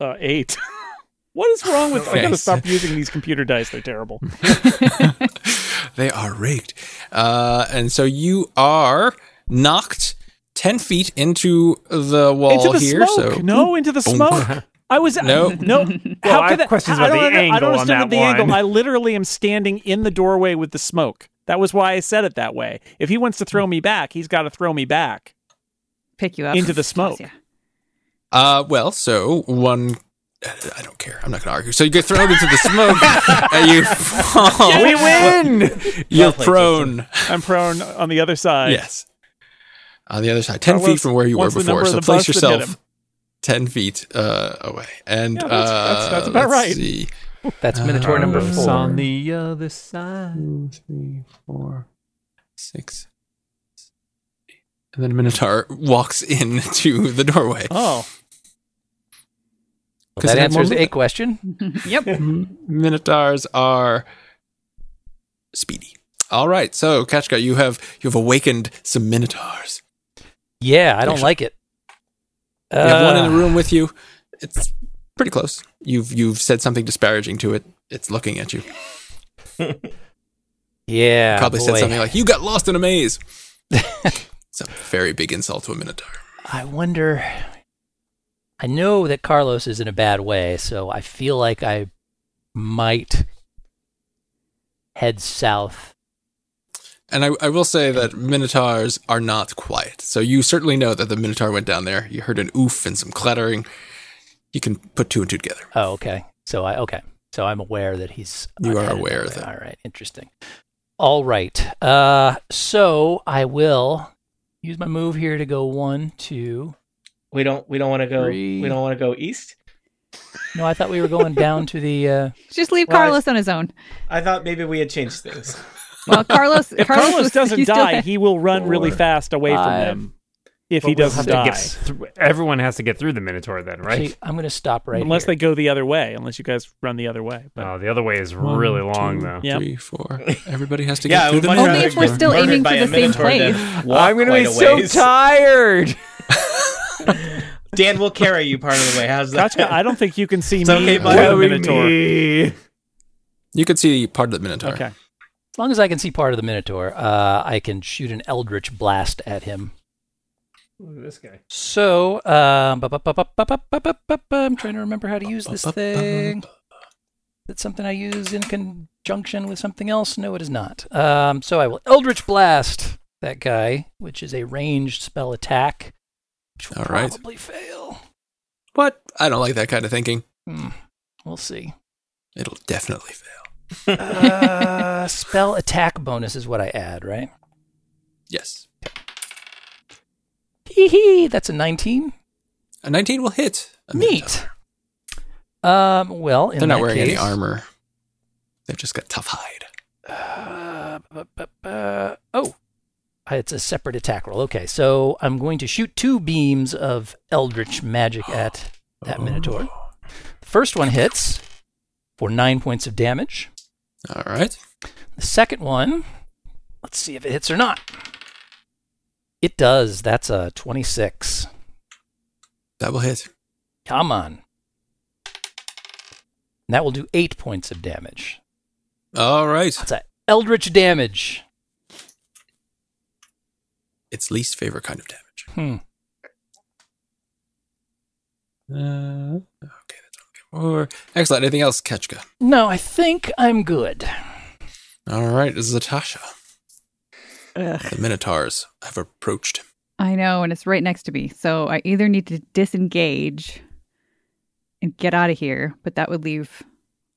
S7: Uh, eight. <laughs> what is wrong with? I gotta
S2: Nice.
S7: stop using these computer dice.
S5: <laughs>
S7: They're terrible.
S2: They are rigged. Uh, and so you are knocked ten feet into the wall
S7: into the
S2: here.
S7: smoke.
S2: So
S7: No, into the
S2: Boom.
S7: smoke.
S5: <laughs>
S7: I was
S2: No.
S7: no.
S5: Well, I
S7: How could
S5: have
S7: that?
S5: questions
S7: I
S5: about
S7: don't,
S5: the
S7: under- I
S5: angle
S7: don't
S5: on
S7: understand
S5: that
S7: the
S5: one.
S7: angle. I literally am standing in the doorway with the smoke. That was why I said it that way. If he wants to throw me back, he's got to throw me back.
S1: Pick you up
S7: Into the smoke.
S1: Yeah.
S2: Uh, well, so one. I don't care. I'm not going to argue. So you get thrown into the
S7: <laughs>
S2: smoke and you fall.
S5: We win. <laughs>
S2: You're
S4: played,
S2: prone.
S7: I'm prone on the other side.
S2: Yes. On the other side, 10 feet
S7: Carlos
S2: from where you were
S7: wants the
S2: before.
S7: number of
S2: So
S7: the
S2: place
S7: bus that hit
S2: yourself
S7: him.
S2: 10 feet uh, away. And
S7: Yeah, that's- that's-
S2: uh,
S7: that's about
S2: let's
S7: right.
S2: see.
S4: That's Minotaur number
S5: Carlos
S4: four.
S5: on the other side.
S2: Two, three, four, six. And then Minotaur walks <laughs> into the doorway.
S4: Well,
S7: Oh,
S2: 'Cause
S4: that
S2: it had more
S4: answers a
S2: movement.
S4: question.
S1: Yep.
S2: M- Minotaurs are speedy. All right, so Kachka, you have you have awakened some Minotaurs.
S4: Yeah, I don't like it.
S2: You have one in the
S4: Uh,
S2: room with you. It's pretty close. You've you've said something disparaging to it. It's looking at you.
S4: Yeah,
S2: Probably said
S4: Ah, boy.
S2: something like "You got lost in a maze." it's a very big insult to a Minotaur.
S4: I wonder. I know that Carlos is in a bad way, so I feel like I might head south.
S2: And I, I will say that Minotaurs are not quiet. So you certainly know that the Minotaur went down there. You heard an oof and some clattering. You can put two and two together.
S4: Oh, okay. So I okay. So I'm aware that he's.
S2: You
S4: I'm
S2: are
S4: headed
S2: aware
S4: that
S2: of
S4: way.
S2: that.
S4: All right. Interesting. All right. Uh, so I will use my move here to go one, two.
S6: We don't we don't want to go
S4: Three.
S6: we don't want to go east.
S4: No, I thought we were going down to the. Uh,
S1: Just leave
S6: Well, I-
S1: Carlos on his own.
S6: I thought maybe we had changed things.
S1: Well, Carlos.
S7: if
S1: Carlos,
S7: Carlos,
S1: was-
S7: doesn't
S1: he's still
S7: die,
S1: there.
S7: he will run really
S4: Four,
S7: fast away from
S4: five,
S7: them. If
S5: But
S7: he
S5: we'll
S7: doesn't
S5: have to
S7: die,
S5: get thr- everyone has to get through the Minotaur then, right?
S4: actually, I'm going to stop right
S7: unless
S4: here.
S7: they go the other way, unless you guys run the other way. But
S5: Oh, the other way is really
S2: One,
S5: long
S2: two,
S5: though.
S7: Yeah.
S2: Three, four. Everybody has to
S6: yeah,
S2: get
S6: I
S2: through
S6: would
S2: the
S6: much
S2: Minotaur.
S1: Only
S6: rather
S1: if we're
S6: get
S1: still
S6: murdered
S1: aiming
S6: by
S1: for
S6: a
S1: the same
S6: Minotaur than
S1: place.
S6: walk
S8: I'm gonna be
S6: quite a
S8: so
S4: <laughs>
S6: ways.
S8: tired.
S6: Dan will carry you part of the way. How's that?
S7: Kachka, I don't think you can see
S6: It's
S7: me
S6: okay,
S7: or
S6: buddy.
S7: the Minotaur.
S2: You could see part of the Minotaur.
S7: Okay.
S4: As long as I can see part of the Minotaur, uh, I can shoot an Eldritch blast at him.
S5: Look at this guy.
S4: So, um, bu- bu- bu- bu- bu- bu- bu- bu- bu- bu- I'm trying to remember how to use this thing. That's something I use in conjunction with something else? No, it is not. Um, so I will Eldritch Blast that guy, which is a ranged spell attack, which will
S2: All right.
S4: probably fail.
S2: What? I don't like that kind of thinking.
S4: Hmm, we'll see.
S2: It'll definitely fail.
S4: Uh, <laughs> spell attack bonus is what I add, right?
S2: Yes.
S4: Hee hee, that's a 19.
S2: A 19 will hit. a Minotaur.
S4: Neat. Um, well, in
S2: They're not
S4: that
S2: wearing any
S4: case-
S2: armor. They've just got tough hide.
S4: Uh, bu- bu- bu- oh, it's a separate attack roll. Okay, so I'm going to shoot two beams of Eldritch magic at that Minotaur. The first one hits for nine points of damage.
S2: All right.
S4: The second one, let's see if it hits or not. It does. That's a 26.
S2: That will hit.
S4: Come on. And that will do eight points of damage.
S2: All right.
S4: That's a Eldritch damage.
S2: It's least favorite kind of damage.
S4: Hmm.
S2: Uh, okay, that's okay. Or excellent. Anything else, Ketchka?
S4: No, I think I'm good.
S2: All right, this is Natasha.
S1: Ugh.
S2: The Minotaurs have approached.
S1: I know, and it's right next to me. So I either need to disengage and get out of here, but that would leave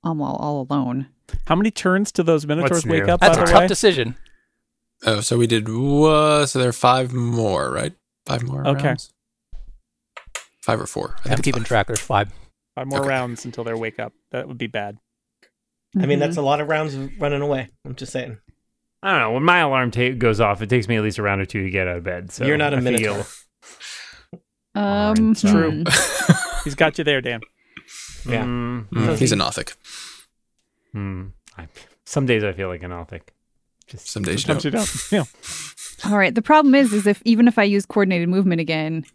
S1: Amal all alone.
S7: How many turns do those Minotaurs
S5: What's new?
S7: wake up?
S4: That's
S7: by
S4: a
S7: the
S4: tough
S7: way?
S4: decision.
S2: Oh, so we did. Uh, so there are five more, right? Five more.
S7: Okay.
S2: rounds? Five or four. I think
S4: I'm
S2: it's
S4: keeping
S2: five.
S4: track. There's five.
S7: Five more
S2: Okay.
S7: rounds until they wake up. That would be bad.
S6: I mean, that's
S1: Mhm.
S6: a lot of rounds of running away. I'm just saying.
S5: I don't know. When my alarm ta- goes off, it takes me at least a round or two to get out of bed. So
S6: You're not a
S5: I
S6: minotaur.
S5: feel-
S1: um,
S5: It's true.
S1: hmm.
S7: He's got you there, Dan.
S6: Yeah.
S5: Mm,
S2: Mm, he's an Othic.
S5: mm. I, some days I feel like an Althic. Just
S2: Some days you
S7: Sometimes
S2: don't.
S7: you don't. <laughs> Yeah.
S1: All right. The problem is, is if even if I use coordinated movement again,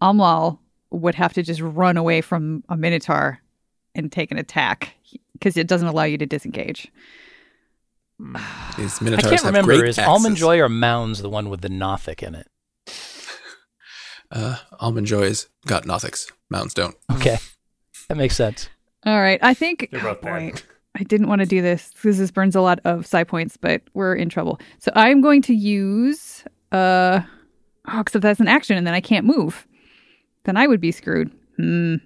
S1: Amal would have to just run away from a Minotaur and take an attack because it doesn't allow you to disengage.
S2: These
S4: I
S2: Minotaurs
S4: can't
S2: have
S4: remember.
S2: great
S4: Is
S2: axes.
S4: <laughs> Almond Joy or Mounds the one with the Nothic in it?
S2: Uh, almond joys got nothics. Mountains don't.
S4: Okay. That makes sense.
S1: All right. I think.
S5: They're both
S1: oh, boy.
S5: bad.
S1: I didn't want to do this because this burns a lot of psi points, but we're in trouble. So I'm going to use uh oh, except that's an action and then I can't move. Then I would be screwed. Hmm.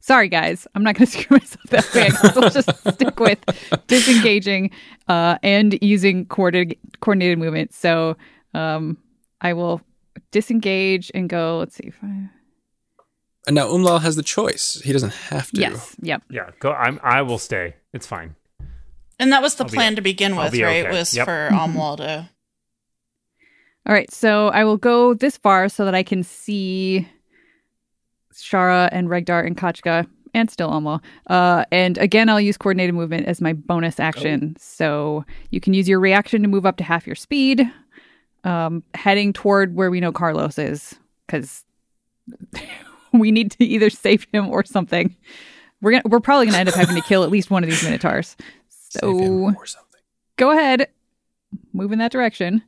S1: Sorry guys, I'm not gonna <laughs> screw myself that way. I guess I'll just stick with disengaging uh and using coordinated coordinated movement. So um I will disengage and go, let's see, five.
S2: And now Umlal has the choice. He doesn't have to.
S1: Yes, yep.
S5: Yeah, go. I'm. I will stay. It's fine.
S3: And that was the
S5: I'll be-
S3: plan to begin
S5: I'll
S3: with,
S5: be
S3: right?
S5: okay.
S3: Was
S5: Yep.
S3: for Amwal to
S1: All right, so I will go this far so that I can see Shara and Regdar and Kachka and still Almo. Uh, and again, I'll use coordinated movement as my bonus
S2: Oh.
S1: action. So you can use your reaction to move up to half your speed, um, heading toward where we know Carlos is, because <laughs> we need to either save him or something. We're gonna, we're probably gonna end up having to kill at least one of these minotaurs.
S2: Save him
S1: So
S2: or something.
S1: go ahead, move in that direction,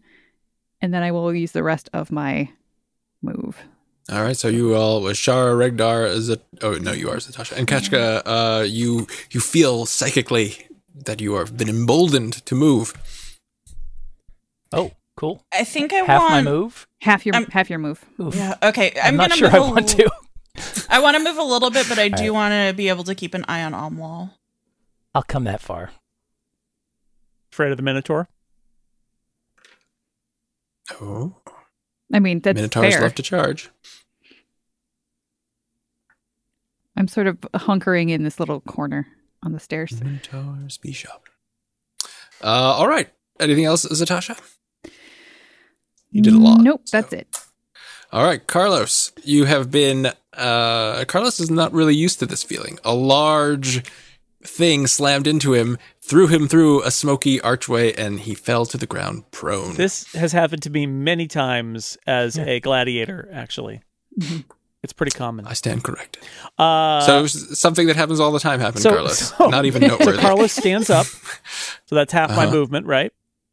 S1: and then I will use the rest of my move.
S2: All right, so you all with Shara, Regdar, Zat- oh no, you are Zatasha and Kachka. Uh, you you feel psychically that you have been emboldened to move.
S4: Oh, cool.
S3: I think I
S4: Half
S3: want
S4: my move.
S1: Half your
S7: Um,
S3: I'm-
S1: half your move.
S4: Oof.
S3: Yeah, okay. I'm,
S4: I'm, not
S3: gonna
S4: sure
S3: move
S4: I
S3: a
S4: want
S3: little-
S4: to. <laughs>
S3: I want to move a little bit, but I do
S4: Alright.
S3: want to be able to keep an eye on Omwall.
S4: I'll come that far.
S7: Afraid of the Minotaur?
S2: Oh,
S1: I mean, that's
S2: Minotaurs
S1: fair.
S2: love to charge.
S1: I'm sort of hunkering in this little corner on the stairs.
S2: Minotaurs be sharp. Uh, all right. Anything else, Zatasha? You did a lot.
S1: Nope,
S2: so-
S1: that's it.
S2: All right, Carlos, you have been. Uh, Carlos is not really used to this feeling. A large thing slammed into him, threw him through a smoky archway, and he fell to the ground prone.
S7: This has happened to me many times as a gladiator, actually. It's pretty common.
S2: I stand corrected.
S7: Uh,
S2: so s- something that happens all the time happened,
S7: so-
S2: Carlos.
S7: so-
S2: not even
S7: <laughs> so
S2: noteworthy.
S7: Carlos stands up. So that's half my
S2: Uh-huh.
S7: movement, right?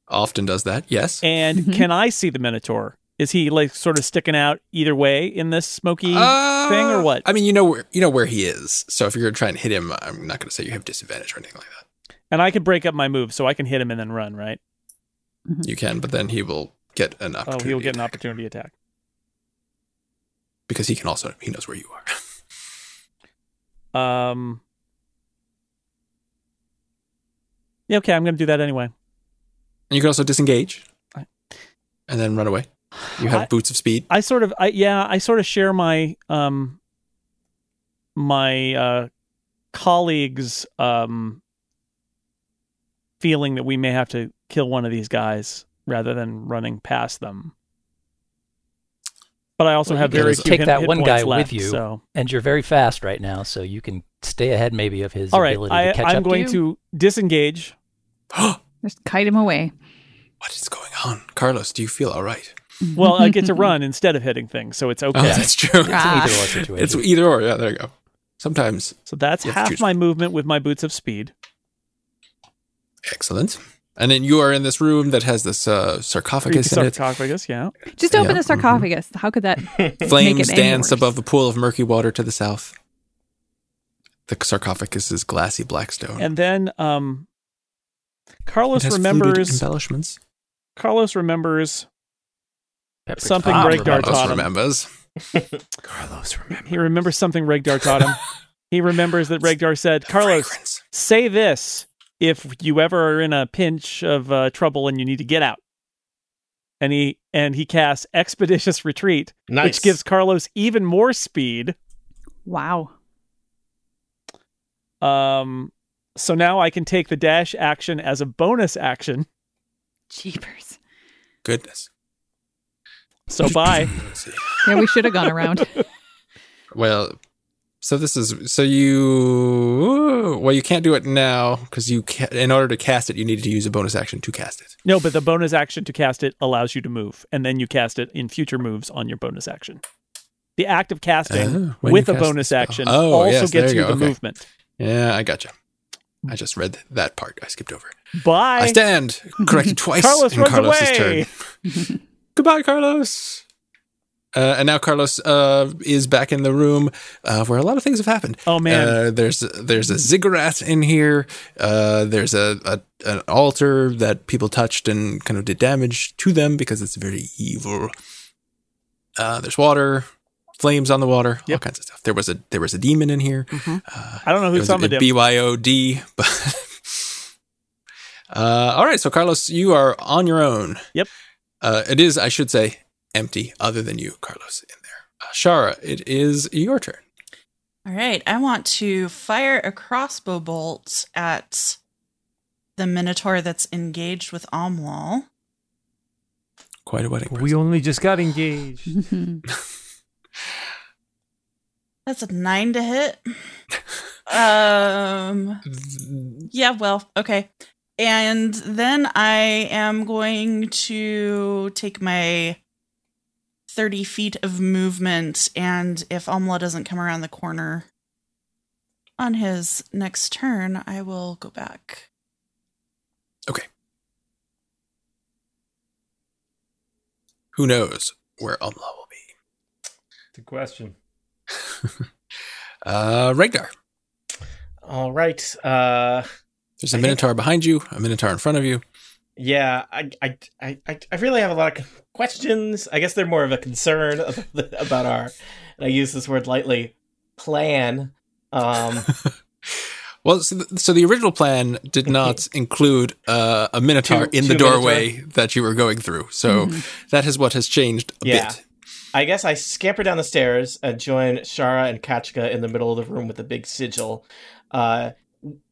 S2: Often does that. Yes.
S7: And can I see the Minotaur? Is he like sort of sticking out either way in this smoky?
S2: Uh,
S7: thing or what?
S2: I mean, you know where you know where he is. So if you're gonna try and hit him, I'm not going to say you have disadvantage or anything like that.
S7: and I can break up my move, so I can hit him and then run, right?
S2: You can, but then he will get an
S7: Oh,
S2: opportunity
S7: he'll get an opportunity attack.
S2: because he can also he knows where you are.
S7: Um. Yeah, okay, I'm going to do that anyway.
S2: And you can also disengage
S7: I-
S2: and then run away. You have
S7: I-
S2: boots of speed. <gasps>
S7: I sort of, I yeah, I sort of share my um my uh colleagues um feeling that we may have to kill one of these guys rather than running past them. But I also
S4: Well,
S7: have
S4: you can
S7: very
S4: just
S7: few
S4: take
S7: hit-
S4: that
S7: hit
S4: one
S7: points
S4: guy with
S7: left,
S4: you.
S7: So
S4: And you're very fast right now, so you can stay ahead maybe of his
S7: all right,
S4: ability
S7: I,
S4: to catch
S7: I'm
S4: up
S7: going
S4: to you.
S7: to disengage.
S2: what
S1: Just kite him away.
S2: is going on, Carlos? Do you feel all right? <laughs>
S7: Well,
S1: <laughs>
S7: I get to run instead of hitting things, so it's okay.
S2: Oh, <laughs> that's true.
S4: It's an
S1: Ah.
S4: either or
S2: <laughs>
S4: situation.
S2: it's either or. Yeah, there you go. Sometimes
S7: So that's
S2: You have to
S7: half
S2: choose.
S7: my movement with my boots of speed.
S2: excellent. And then you are in this room that has this uh, sarcophagus in it.
S7: Sarcophagus, yeah.
S1: Just open the
S2: Yeah, mhm.
S1: sarcophagus. How could that?
S2: Flames
S1: Make it any
S2: dance
S1: worse.
S2: above a pool of murky water to the south. The sarcophagus is glassy black stone.
S7: And then um
S2: It
S7: Carlos
S2: has fluted
S7: remembers
S2: embellishments.
S7: Carlos remembers
S4: Pepper-
S7: something
S4: Ah,
S7: break
S4: remember.
S7: guard taught
S2: Carlos
S7: him. <laughs>
S2: remembers. Carlos remembers.
S7: he remembers something Regdar taught him. he remembers that Regdar said, Carlos,
S2: Fragrance.
S7: say this if you ever are in a pinch of uh, trouble and you need to get out. And he and he casts expeditious retreat,
S6: Nice.
S7: which gives Carlos even more speed.
S1: Wow.
S7: Um so now I can take the dash action as a bonus action.
S1: Jeepers.
S2: Goodness. <laughs>
S7: So bye.
S2: Let's see.
S1: Yeah, we should have gone around. <laughs>
S2: Well, so this is so you. Well, you can't do it now because you ca in order to cast it, you needed to use a bonus action to cast it.
S7: No, but the bonus action to cast it allows you to move, and then you cast it in future moves on your bonus action. The act of casting
S2: Ah, when
S7: with
S2: you
S7: a
S2: cast the
S7: bonus
S2: spell.
S7: action
S2: Oh,
S7: also
S2: yes, there
S7: gets
S2: you
S7: you,
S2: go,
S7: the
S2: okay.
S7: movement.
S2: Yeah, I gotcha. I just read that part. I skipped over. it. I
S7: Bye. <laughs>
S2: stand corrected twice
S7: Carlos
S2: in
S7: runs <laughs>
S2: Carlos's
S7: away.
S2: turn. Goodbye, Carlos. Uh, and now Carlos uh, is back in the room uh, where a lot of things have happened.
S7: Oh, man.
S2: Uh, there's there's a ziggurat in here. Uh, there's a, a an altar that people touched and kind of did damage to them because it's very evil. Uh, there's water, flames on the water, all kinds of stuff. There was a there was a demon in here.
S7: I don't know
S2: It
S7: who
S2: was a
S7: summoned him.
S2: BYOD, <laughs> but uh, all right. So Carlos, you are on your own.
S7: Yep.
S2: Uh, it is, I should say, empty other than you, Carlos, in there. Uh, Shara, it is your turn.
S3: All right, I want to fire a crossbow bolt at the Minotaur that's engaged with Omwal.
S2: Quite a wedding. present.
S5: We only just got <laughs> engaged.
S3: That's a nine to hit. um, yeah, well, okay. And then I am going to take my 30 feet of movement, and if Omla doesn't come around the corner on his next turn, I will go back.
S2: Okay. Who knows where Umla will be?
S5: the question.
S2: Uh, Rhaegar,
S6: All right. Uh,
S2: there's a Minotaur behind you, a Minotaur in front of you.
S6: yeah, I, I, I, I- I really have a lot of questions. I guess they're more of a concern about the- about our, and I use this word lightly, plan. Um,
S2: Well, so the, so the original plan did not include uh, a minotaur
S6: Two-
S2: in the
S6: two minotaur. Mm-hmm.
S2: doorway that you were going through. So that is what has changed a
S6: Yeah.
S2: bit.
S6: I guess I scamper down the stairs and join Shara and Kachka in the middle of the room with a big sigil. Uh,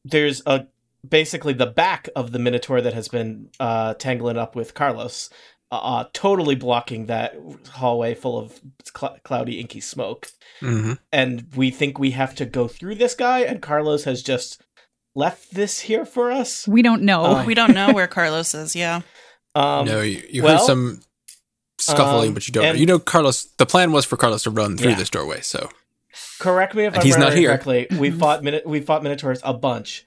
S6: there's a basically the back of the Minotaur that has been uh, tangling up with Carlos, uh, uh, totally blocking that hallway full of cl- cloudy, inky smoke.
S2: Mm-hmm.
S6: And we think we have to go through this guy, and Carlos has just left this here for us.
S1: We don't know.
S6: Uh,
S7: Oh.
S3: We don't know where Carlos is, yeah.
S6: Um,
S2: no, you, you heard
S6: well,
S2: some scuffling,
S6: um,
S2: but you don't. know.
S6: and-
S2: You know, Carlos. The plan was for Carlos to run through
S6: Yeah.
S2: this doorway. So
S6: Correct me if
S2: And
S6: I'm
S2: he's not
S6: remembering
S2: here.
S6: correctly. We fought Min- we fought minotaurs a bunch.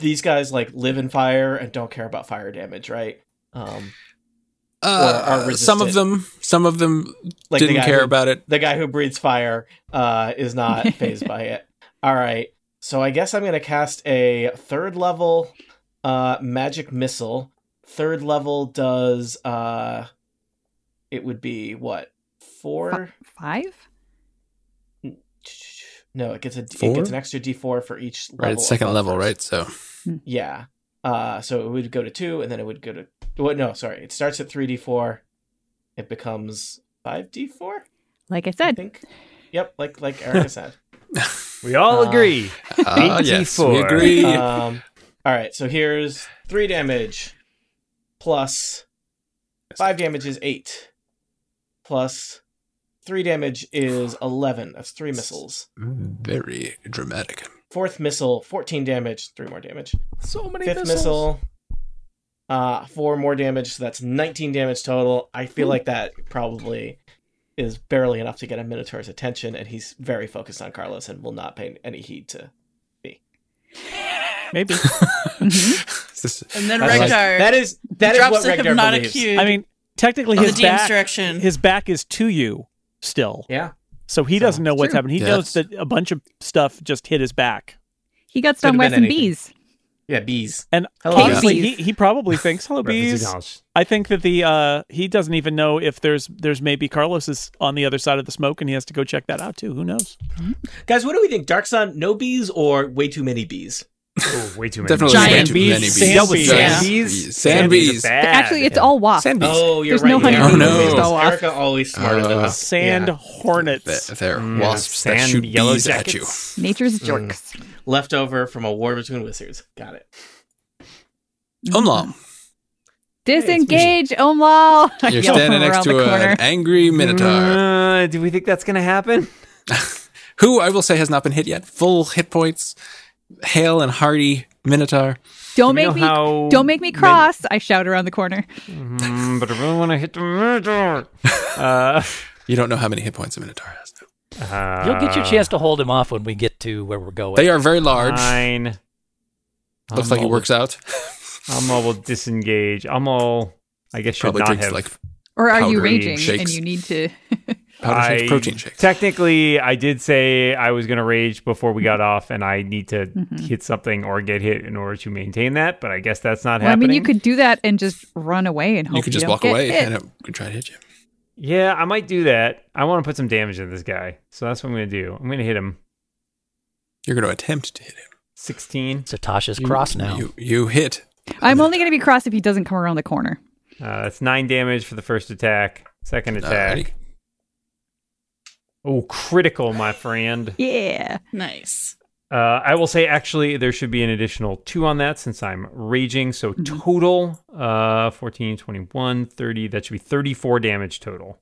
S6: These guys like live in fire and don't care about fire damage, right? Um,
S2: uh,
S6: are
S2: some of
S6: resistant.
S2: them, some of them
S6: like the
S2: didn't
S6: guy
S2: care
S6: who,
S2: about it.
S6: the guy who breathes fire uh, is not phased by it. All right, so I guess I'm gonna cast a third level uh, magic missile. Third level does uh, it would be what four?
S1: Five?
S6: No, it gets a d
S2: Four?
S6: it gets an extra d4 for each level.
S2: Right, it's second
S6: above
S2: level,
S6: first.
S2: right?
S6: <laughs>
S2: So
S6: Yeah. Uh, so it would go to two, and then it would go to. Well, no, sorry. It starts at three d four. It becomes five d four.
S1: Like I
S6: I
S1: said,
S6: think. Yep, like
S2: <laughs>
S6: like Erica said.
S5: We all
S6: Uh,
S5: agree.
S2: ah, yes, we
S5: 84.
S2: agree.
S6: Um, all right. So here's three damage, plus five damage is eight, plus three damage is eleven. That's three missiles.
S2: Very dramatic.
S6: Fourth missile, fourteen damage. Three more damage.
S4: So many
S6: fifth
S4: missiles.
S6: missile uh four more damage so that's 19 damage total i feel like that probably is barely enough to get a minotaur's attention and he's very focused on carlos and will not pay any heed to
S2: <laughs>
S7: Maybe.
S2: This is-
S3: And then
S2: I like-
S3: Regdar
S6: that is that is
S3: drops
S6: what
S3: the
S6: Regdar
S3: hypnotic
S6: believes
S3: cue.
S7: I mean, technically,
S3: the
S7: his
S3: DM's
S7: back,
S3: direction.
S7: his back is to you still.
S6: yeah
S7: So he doesn't
S2: Oh,
S7: know what's
S1: True.
S7: happening. He
S2: Yeah,
S7: knows that a bunch of stuff just hit his back.
S1: he got stung
S6: Could've
S1: by
S6: been
S1: some
S6: anything.
S1: bees.
S6: yeah bees
S7: And
S6: Hello,
S7: honestly, he,
S1: bees.
S7: he
S2: <laughs>
S7: probably thinks hello bees. I think that the uh, he doesn't even know if there's there's maybe Carlos is on the other side of the smoke and he has to go check that out too. Who knows?
S6: guys what do we think dark sun no bees or way too many bees
S5: Oh, way too many.
S2: Definitely
S3: Giant
S2: way too
S7: bees,
S2: many bees.
S7: sand bees.
S2: Giant
S3: Yeah.
S2: bees. Sand bees.
S1: Actually, it's all wasps.
S2: Sand bees.
S6: oh you're
S1: There's
S6: right
S1: no
S6: yeah.
S2: honeybees. Oh, no.
S6: It's
S1: Go off.
S6: erica always smarter than
S2: Uh,
S6: us
S7: Sand
S6: Yeah.
S7: hornets.
S2: Th- They're
S5: Mm,
S2: wasps that
S5: sand
S2: shoot
S5: yellow
S2: bees Mm. at you.
S5: jackets.
S1: Nature's jerks.
S6: left over from a war between wizards got it
S2: Umlam,
S1: Disengage, Omlal! I
S2: you're
S1: yell from
S2: standing next
S1: around
S2: to
S1: the corner.
S2: an angry minotaur,
S5: Uh, do we think that's gonna happen?
S2: who I will say has not been hit yet. Full hit points, hale and hearty minotaur.
S1: Don't
S5: Do we
S1: make me
S5: know how
S1: don't make me
S5: many-
S1: cross, I shout around the corner.
S5: <laughs> Mm, but I really want to hit
S2: <laughs>
S5: the minotaur. Uh,
S2: You don't know how many hit points a minotaur has.
S4: You'll get your
S5: Uh,
S4: chance to hold him off when we get to where we're going.
S2: They are very large.
S5: Fine.
S2: Looks like he works out.
S5: Amal will disengage. Amal, I guess,
S2: <laughs>
S5: should
S2: Probably
S5: not
S2: drinks
S5: have.
S2: like
S1: Or are you
S2: Powdery
S1: raging
S2: shakes.
S1: and you need to
S2: Powder shakes,
S5: I-
S2: protein shakes.
S5: Technically, I did say I was going to rage before we got off, and I need to
S1: Mm-hmm.
S5: hit something or get hit in order to maintain that. But I guess that's not
S1: Well, I
S5: happening.
S1: mean, you could do that and just run away and hope
S2: you could just
S1: don't
S2: walk
S1: get
S2: away
S1: hit.
S2: and it could try to hit you.
S5: Yeah, I might do that. I want to put some damage in this guy, so that's what I'm going to do. I'm going to hit him.
S2: You're going to attempt to hit him.
S5: Sixteen.
S4: So Tasha's cross now.
S2: You you hit.
S1: I'm only going to be cross if he doesn't come around the corner.
S5: Uh, that's nine damage for the first attack. Second attack.
S2: Alrighty.
S5: Oh, critical, my friend.
S1: Yeah.
S3: Nice.
S5: Uh, I will say, actually, there should be an additional two on that since I'm raging. So
S1: Mm-hmm.
S5: total uh, 14, 21, 30. That should be 34 damage total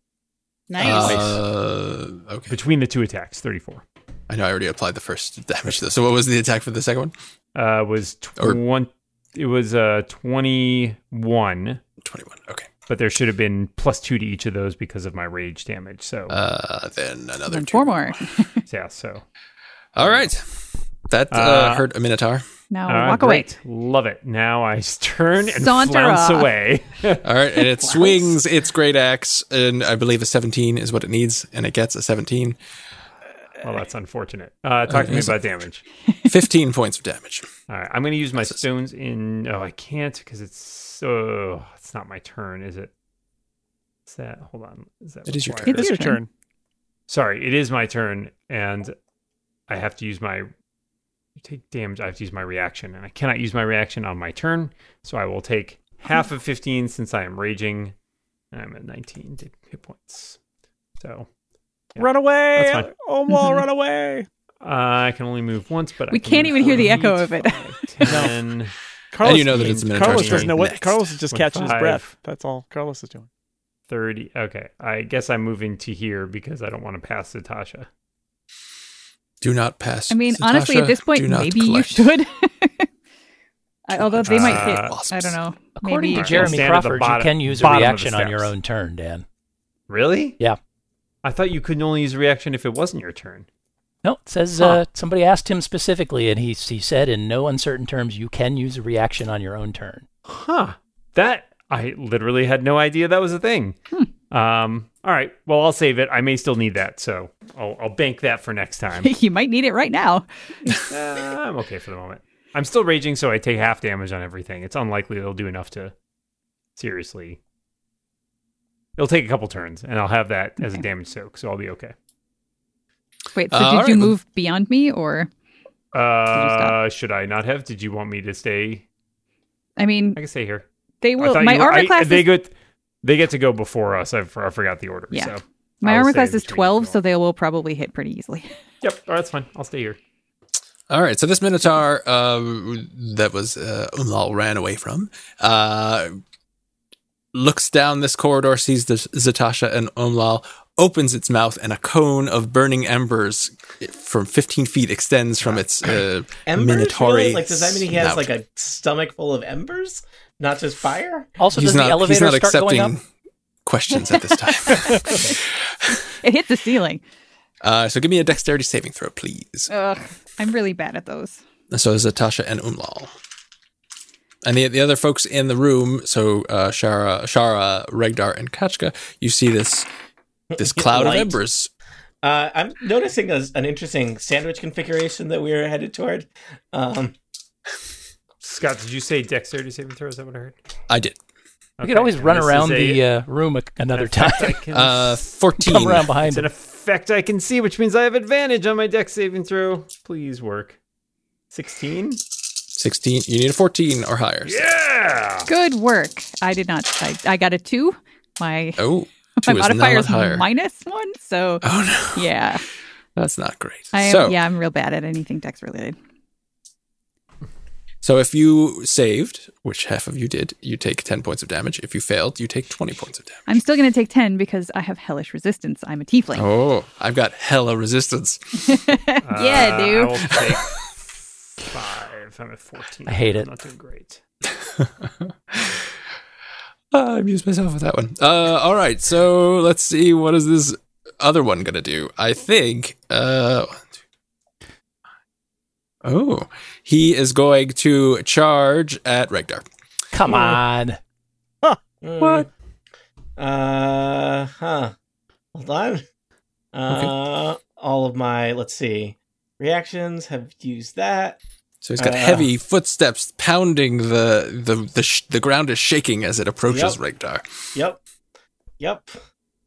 S3: Nice.
S2: Uh, okay.
S5: between the two attacks. 34
S2: I know I already applied the first damage though. So what was the attack for the second one?
S5: uh, was
S2: Or-
S5: 20, It was uh, 21,
S2: Twenty-one. Okay.
S5: but there should have been plus two to each of those because of my rage damage. So,
S2: Uh, then another
S1: Then
S2: two.
S1: four more.
S5: yeah, so.
S2: All right. That uh,
S5: Uh,
S2: hurt a minotaur.
S1: Now
S5: Uh,
S1: Oh, walk
S5: great. Love it. Now I turn and
S1: Saunter
S5: flounce
S1: off.
S5: away. <laughs>
S2: All right,
S1: <laughs>
S2: and it swings its great axe, and I believe a 17 is what it needs, and it gets a 17.
S5: well, that's unfortunate. Uh, talk to me about damage.
S2: 15 points of damage.
S5: All right, I'm going to use my stones in. Oh, I can't because it's so. it's not my turn, is it? Is that? Hold on. Is that?
S2: It is your
S5: required?
S1: It's
S7: It's
S1: your
S7: your turn.
S5: Sorry, it is my turn, and I have to use my. You take damage. I have to use my reaction, and I cannot use my reaction on my turn, so I will take half of 15 since I am raging, and I'm at 19 di- hit points. So Yeah.
S7: Run
S5: That's
S7: away,
S5: fine.
S7: Omal, run away.
S5: uh, I can only move once, but
S1: We
S5: I can
S1: can't
S5: move
S1: even hear the
S5: eight,
S1: echo of it.
S5: five, <laughs> 10,
S7: Carlos,
S2: and you know that it's a minotaur.
S7: Carlos doesn't know what
S2: Next.
S7: Carlos is just catching his
S5: Twenty-five.
S7: breath. That's all Carlos is doing.
S5: 30 okay i guess i'm moving to here because i don't want to pass Natasha.
S2: Do not pass.
S1: I mean, honestly,
S2: Satasha.
S1: at this point,
S2: Do not
S1: maybe you
S2: collect.
S1: should. I, although they might get,
S5: Uh,
S1: I don't know.
S4: According
S1: maybe
S4: to Jeremy
S5: Stand at the
S4: Crawford,
S5: bottom-
S4: you can use a
S5: bottom of the
S4: reaction on your
S5: steps.
S4: own turn, Dan.
S5: really
S4: Yeah.
S5: i thought you could only use a reaction if it wasn't your turn
S4: No, it says uh, somebody asked him specifically, and he he said in no uncertain terms, you can use a reaction on your own turn.
S5: huh that i literally had no idea that was a thing um all right well i'll save it i may still need that so i'll, I'll bank that for next <laughs> time
S1: you might need it right now.
S5: uh, i'm okay for the moment i'm still raging so i take half damage on everything it's unlikely they'll do enough to seriously it'll take a couple turns and i'll have that as a
S1: Okay.
S5: damage soak so i'll be okay
S1: Wait, so
S2: Uh,
S1: did
S2: all
S1: you
S2: right,
S1: move beyond me, or
S5: Uh, should I not have? Did you want me to stay?
S1: I mean,
S5: I can stay here.
S1: they
S5: I
S1: will.
S5: thought
S1: My
S5: you-
S1: armor
S5: I-
S1: class
S5: They
S1: is,
S5: get they get to go before us. I, I forgot the order.
S1: Yeah.
S5: So
S1: my
S5: I'll
S1: armor
S5: stay
S1: class
S5: in
S1: is
S5: between if you
S1: twelve, so
S5: want.
S1: they will probably hit pretty easily. <laughs>
S5: yep, all right, that's fine. I'll stay here.
S2: All right, so this minotaur um, that was uh, Umlal ran away from uh, looks down this corridor, sees the Zatasha and Umlal, opens its mouth, and a cone of burning embers from 15 feet extends from its uh,
S6: Embers?
S2: minotaur.
S6: Really? Like, does that mean he has
S2: snout.
S6: like a stomach full of embers, not just fire?
S4: Also, does the elevator start going up?
S2: questions at this
S4: <laughs>
S2: time.
S1: It hit the ceiling.
S2: uh, so give me a dexterity saving throw, please.
S1: Ugh, I'm really bad at those.
S2: So is Natasha and Umlal. And the, the other folks in the room, so uh, Shara, Shara, Regdar, and Kachka, you see this this cloud of
S6: Light.
S2: embers.
S6: Uh, I'm noticing a, an interesting sandwich configuration that we're headed toward. Um,
S5: Scott, did you say dexterity saving throw? Is that what I heard?
S2: I did.
S4: You could always run around the uh, room a, another time. <laughs>
S2: Uh, 14.
S4: Come around behind
S5: it's an
S4: him.
S5: effect I can see, which means I have advantage on my dex saving throw. Please work. Sixteen.
S2: 16. You need a 14 or higher.
S5: Yeah.
S1: Good work. I did not. I, I got a two. <laughs> My
S2: Oh, two
S1: my
S2: is not
S1: modifier is
S2: higher.
S1: minus one, so
S2: oh, no.
S1: yeah,
S2: That's not great.
S1: I am.
S2: so,
S1: yeah, I'm real bad at anything dex related.
S2: so if you saved, which half of you did, you take 10 points of damage. If you failed, you take 20 points of damage.
S1: I'm still going to take ten because I have hellish resistance. I'm a tiefling.
S2: Oh, I've got hella resistance.
S1: <laughs> yeah,
S5: Uh, I
S1: dude. <laughs>
S5: will take five. I'm at fourteen.
S4: I hate it.
S5: Not doing great.
S2: Ah, I amused myself with that one. Uh, all right, so let's see what is this other one gonna do. I think. Uh, one, two, five. oh, he is going to charge at Regdar.
S4: Come on.
S6: hmm. what? Uh huh. Hold on. Uh, All of my, let's see, reactions have used that.
S2: So he's got
S6: Uh.
S2: heavy footsteps pounding the the the, sh- the ground is shaking as it approaches Regdar.
S6: Yep. Yep.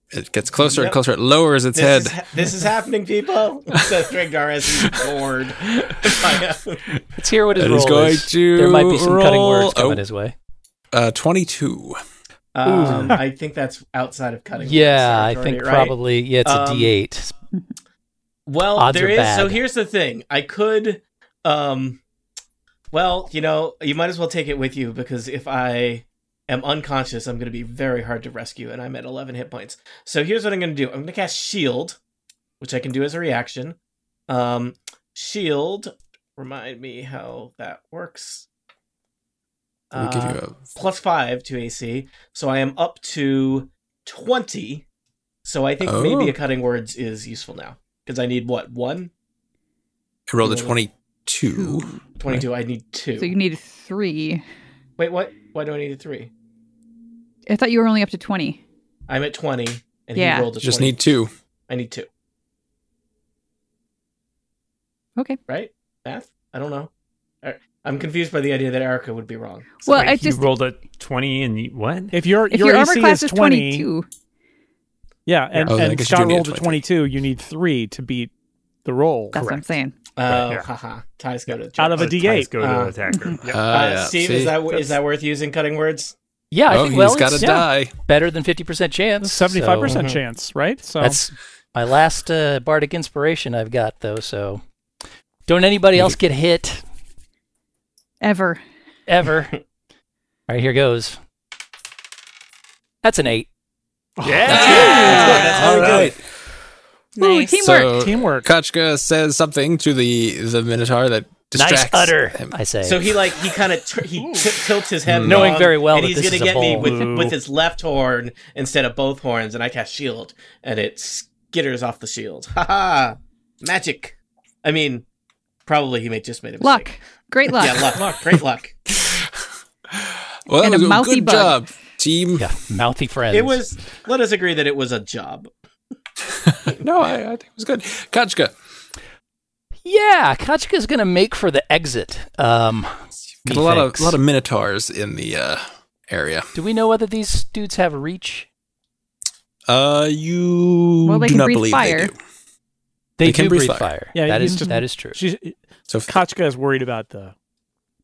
S2: It gets closer and
S6: Yep.
S2: closer. It lowers its
S6: This
S2: head.
S6: is, ha- this is
S2: <laughs>
S6: happening, people, says Dragdar as he's bored. <laughs>
S4: Let's hear what his
S2: And
S4: role
S2: he's going
S4: is.
S2: to
S4: there might be some cutting
S2: roll-
S4: words coming
S2: oh.
S4: his way.
S2: Uh, Twenty-two.
S6: um, I think that's outside of cutting.
S4: Yeah, I
S6: words
S4: think
S6: territory, right?
S4: probably. Yeah, it's a
S6: Um,
S4: D8.
S6: Well,
S4: Odds
S6: there
S4: are
S6: is. So
S4: bad.
S6: here's the thing. I could, um, well, you know, you might as well take it with you because if I am unconscious, I'm going to be very hard to rescue, and I'm at 11 hit points. So here's what I'm going to do. I'm going to cast Shield, which I can do as a reaction. Um, shield. Remind me how that works.
S2: We'll give
S6: Uh,
S2: you a
S6: plus five to AC, so I am up to twenty. So I think
S2: Oh.
S6: maybe a cutting words is useful now because I need what one
S2: I rolled a
S6: roll.
S2: 22.
S6: twenty two. I need two.
S1: So you need three.
S6: Wait, what? Why do I need a three?
S1: I thought you were only up to 20.
S6: I'm at twenty, and
S1: Yeah.
S6: he rolled a
S2: Just
S6: 20.
S2: need two.
S6: I need two.
S1: Okay.
S6: Right? Math? I don't know. Er- I'm confused by the idea that Erica would be wrong.
S1: Well,
S5: Wait,
S1: I
S5: you
S1: just
S5: rolled a twenty and you, what?
S7: If your
S1: if
S7: your,
S1: your, armor
S7: AC
S1: class
S7: is
S1: is
S7: 20,
S1: 22,
S7: yeah, and,
S2: Oh, then I
S7: and
S2: guess you do
S7: Scott
S2: need a
S7: rolled a
S2: 23.
S7: 22, you need three to beat the roll.
S1: that's what I'm saying.
S6: Oh,
S5: Right, yeah.
S6: haha! Ties go to the
S7: Out of a
S5: Uh,
S6: jerks.
S7: D-
S5: ties Go to
S6: Uh,
S5: the <laughs> attacker.
S2: Uh,
S5: Yep.
S6: Uh,
S2: yeah,
S6: Steve,
S2: see?
S6: is that is that worth using cutting words?
S4: Yeah, I
S2: oh,
S4: think
S2: he's
S4: well,
S2: got
S4: it's
S2: to die.
S4: better than 50% chance. so-
S7: 75%
S6: so-
S7: chance, right? So
S4: That's my last uh, bardic inspiration I've got, though, so don't anybody else get hit
S1: Ever.
S4: ever. All right, here goes. That's an eight.
S7: <laughs>
S2: Yeah!
S6: how
S2: All
S6: we do
S2: right.
S1: Ooh,
S3: Nice.
S1: teamwork.
S2: So
S7: teamwork.
S2: Kachka says something to the, the Minotaur that distracts
S4: nice udder,
S2: him.
S4: I say.
S6: So he like he kind <laughs> of tr- he t- tilts his head,
S4: Knowing
S6: wrong,
S4: very well
S6: and
S4: that
S6: he's
S4: this
S6: gonna
S4: is a
S6: get me
S4: ball
S6: with
S7: move.
S6: with his left horn instead of both horns, and I cast shield, and it skitters off the shield. Ha ha! Magic. I mean, probably he may just made a
S1: Luck.
S6: mistake.
S1: Great luck.
S6: Yeah, luck. Great luck.
S2: Well, that
S1: And a
S2: was a
S1: mouthy
S2: good
S1: bug.
S2: job, team.
S4: yeah, mouthy friends.
S6: <laughs> It was. Let us agree that it was a job.
S2: <laughs> No, I, I think it was good. Kachka.
S4: Yeah, Kachka's going to make for the exit. Um,
S2: Got a lot of
S4: methinks.
S2: lot of minotaurs in the uh, area.
S4: Do we know whether these dudes have reach?
S2: Uh, you
S1: Well, they
S2: do
S1: can
S2: not
S1: breathe
S2: believe
S1: fire.
S2: they do. They can
S4: do
S2: breathe fire.
S4: breathe fire.
S7: Yeah,
S4: that
S7: he's
S4: is
S7: just-
S4: that is true.
S7: she's
S2: So if-
S7: Kachka is worried about the